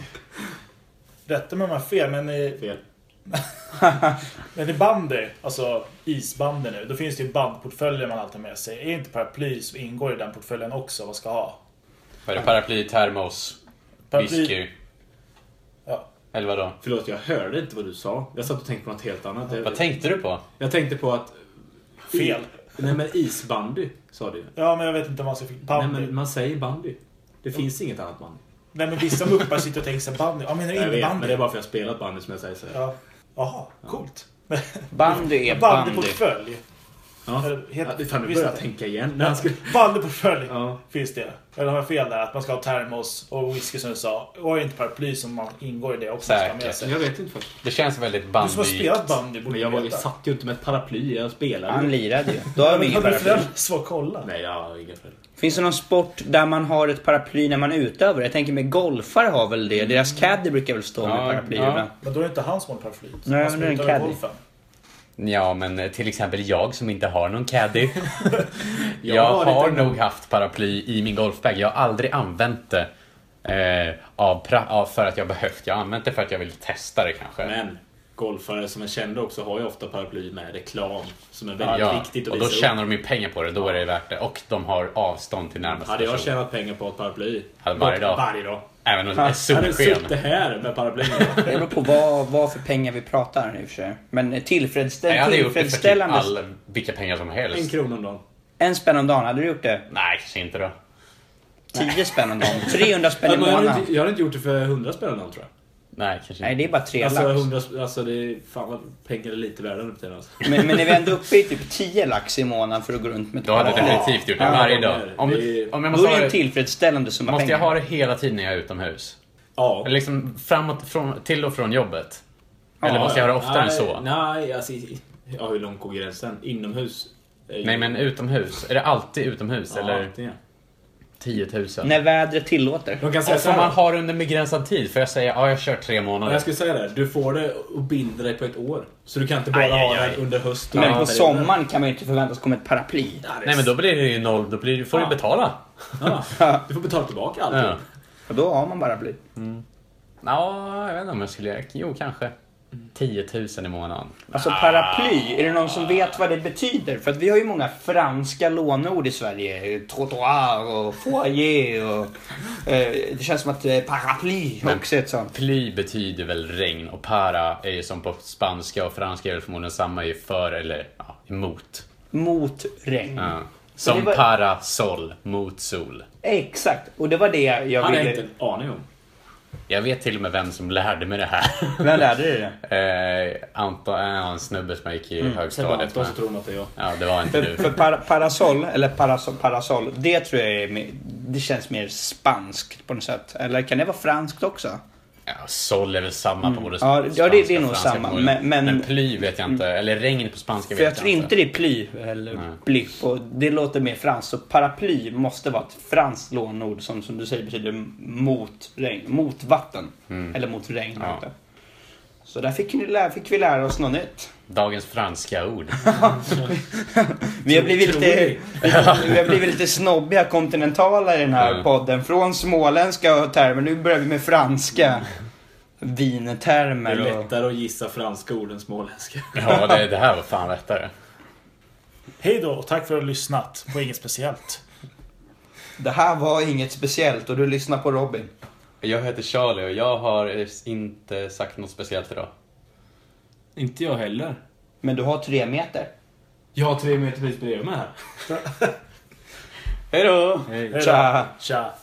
Rätta mig om jag har fel, men i,
fel.
men i bandy, alltså isbandy nu, då finns det ju bandportföljer man alltid har med sig. Är inte paraply som ingår i den portföljen också vad ska ha?
Vad är det? Paraply, termos,
Paraply-
whisky?
Ja.
Eller vadå?
Förlåt, jag hörde inte vad du sa. Jag satt och tänkte på något helt annat.
Vad
Jag,
tänkte du på?
jag tänkte på att...
Fel.
Nej men isbandy, sa du ju.
Ja, men jag vet inte om man ska...
Nej
Bandy. Nej,
men
men,
man säger bandy. Det finns inget annat bandy.
vissa muppar sitter och tänker sig bandy. Ja, menar
Jag vet,
du
men det
innebandy?
är bara för att jag spelat bandy som jag säger så. här.
Ja. Jaha, coolt.
Bandy är bandy.
Bandyportfölj.
Ja.
Eller heter-
Ja, fan, nu
visst
börjar jag
heter-
tänka igen. Nej, han skulle...
Bandyportfölj
Ja.
finns det. Eller har jag fel där? Att man ska ha termos och whisky som du sa. Och inte paraply som man ingår i det också. ska ha med
Säkert.
sig.
Jag vet inte faktiskt.
Det känns väldigt
Du som har
bandy...
spelat bandy borde
Men jag, var, jag
veta.
satt ju inte med ett paraply, jag spelade
Han
ju.
lirade ju. Då har vi
Har
inget
du
paraply.
föräldrar som har kollat?
Nej, jag har inga föräldrar.
Finns det någon sport där man har ett paraply när man utövar? Jag tänker med golfare har väl det. Deras caddy brukar väl stå med
Ja,
paraply
ja.
ibland.
Men då är det inte han som håller paraplyet.
Nej,
Han
men det är en
spelar utöver
caddy.
golfen.
Ja, men eh, till exempel jag som inte har någon caddy. jag
har inte
har
en-
nog haft paraply i min golfbag. Jag har aldrig använt det eh, av pra- av för att jag behövt. Jag har använt det för att jag vill testa det kanske.
Men golfare som är kända också har ju ofta paraply med reklam. Som är väldigt
ja,
viktigt att
och då
visa
tjänar de ju pengar på det. Då är det värt det. Och de har avstånd till
upp.
närmaste
Hade jag
person.
tjänat pengar på ett paraply.
Hade varje dag.
Varje dag.
Även om det är
Jag hade
solsken.
suttit här med paraplyn.
Det beror på vad, vad för pengar vi pratar i och för sig. Men
Nej, Jag
tillfredsställ,
hade gjort det för typ
tillfredsställande...
all, vilka pengar som
en
helst.
krona om dagen.
En spänn om dagen, hade du gjort det?
Nej, kanske inte då.
Tio spänn om dagen. 300 spänn i
Alltså, Jag
Alltså,
hade,
månaden.
inte, jag hade inte gjort det för 100 spänn om dagen tror jag.
Nej, kanske
Nej,
inte.
det är bara tre
Alltså,
lax.
100, sp- alltså det är fan vad pengar är lite värda nu på tiden alltså.
Men, men är vi ändå uppe i typ 10 lax i månaden för att gå runt med ett
Då hade jag
paraply?
definitivt gjort det
Ja.
varje
Ja,
dag.
det är-
Om,
det är-
om jag
Då
måste
är
ha
det en
det,
tillfredsställande summa
måste jag
pengar.
ha det hela tiden när jag är utomhus?
Ja.
Liksom framåt, från, till och från jobbet? Eller
Ja,
måste jag ha det oftare än
nej,
så? Nej.
Nej, alltså, i- ja, hur långt går gränsen? Inomhus? är ju-
men utomhus. Är det alltid utomhus?
Ja,
eller
det är-
10 000?
När vädret tillåter.
De kan säga
Och
så
alltså-
får
här,
man ha det under en begränsad tid? Får jag säga ja, jag kör tre
Ja,
månader?
jag skulle säga det. Du får det och binder dig på ett år. Så du kan inte bara
Aj, aj,
ha
aj.
det under höst och
Men på
vinterperioden.
sommaren kan man ju inte förväntas komma ett paraply.
Nej, men då blir det ju noll. Då blir, får du
Ja.
betala. Typ.
Ja, du får betala tillbaka allt.
Ja.
Och då har man paraply.
ja, jag vet inte om jag skulle... Jo, kanske. 10 000 i månaden.
Alltså paraply, är det någon som vet vad det betyder? För att vi har ju många franska låneord i Sverige. Trottoar och foyer och... Eh, det känns som att eh, paraply också är ett sånt.
Ply betyder väl regn och para är ju som på spanska och franska är väl förmodligen samma ju för eller ja, emot.
Mot regn.
Ja.
det
Som
var-
parasol, mot sol.
Exakt, och det var det jag
Han har
ville...
inte en aning om.
Jag vet till och med vem som lärde mig det här.
Vem lärde dig det?
eh, Anton, eh, en snubbe som jag gick i
Sen på
högstadiet
Anton
med.
så tror de att det är jag.
Ja, det var inte
För, för
du.
para, parasol, eller parasol, parasol, det tror jag är... mer- Det känns mer spanskt på något sätt. Eller kan det vara franskt också?
Ja, sol är väl samma på både
Mm. Ja, ja, det- det är
spanska och
nog
franska
samma,
förmodligen.
men- men-
men ply vet jag inte. Eller regn på spanska
För
vet
jag tror inte det är ply eller
Nej.
ply. Och det låter mer franskt. Så paraply måste vara ett franskt lånord som, som du säger betyder mot, regn, mot vatten.
Mm.
Eller mot regn.
Ja.
heter det. Så där fick, ni lära, fick vi lära oss något nytt.
Dagens franska ord.
Vi har blivit
Tror
lite,
ni?
vi har blivit lite snobbiga kontinentala i den här
Ja.
podden. Från småländska termer, nu börjar vi med franska
Det är
vintermer. Och...
lättare att gissa franska ord än småländska.
Ja, det, det här var fan lättare.
Hej då och tack för att du har lyssnat på Inget Speciellt.
Det här var inget speciellt och du lyssnar på Robin.
Jag heter Charlie och jag har eh, inte sagt något speciellt idag.
Inte jag heller.
Men du har tre meter.
Jag har tre meter precis bredvid mig här.
Hej då!
Hej då.
Tja!
Tja.